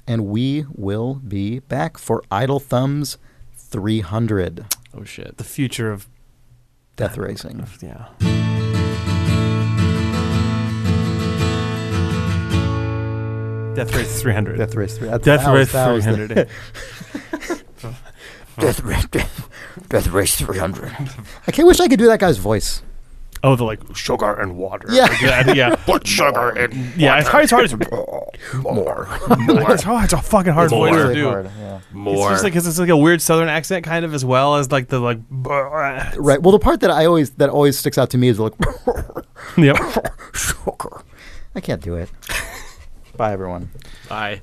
S2: and we will be back for Idle Thumbs 300
S9: Oh shit.
S1: The future of
S2: Death Racing.
S1: yeah. Death rate 300.
S2: Death Race 300.
S1: Death Race 300.
S2: Death Race, Death, Race 300. I can't wish I could do that guy's voice.
S1: Oh, the like
S10: sugar and water.
S2: Yeah.
S1: yeah, yeah,
S10: But sugar and
S1: yeah. It's hard. It's hard. It's,
S10: more.
S1: it's, hard, it's Oh, a fucking hard
S10: More.
S1: voice to
S2: Really
S1: do.
S2: hard, yeah.
S1: It's
S10: More.
S1: just like 'cause it's like a weird southern accent kind of as well as like the like
S2: Right. Well, the part that I always that always sticks out to me is like
S1: yep.
S2: sugar. I can't do it. Bye, everyone.
S4: Bye.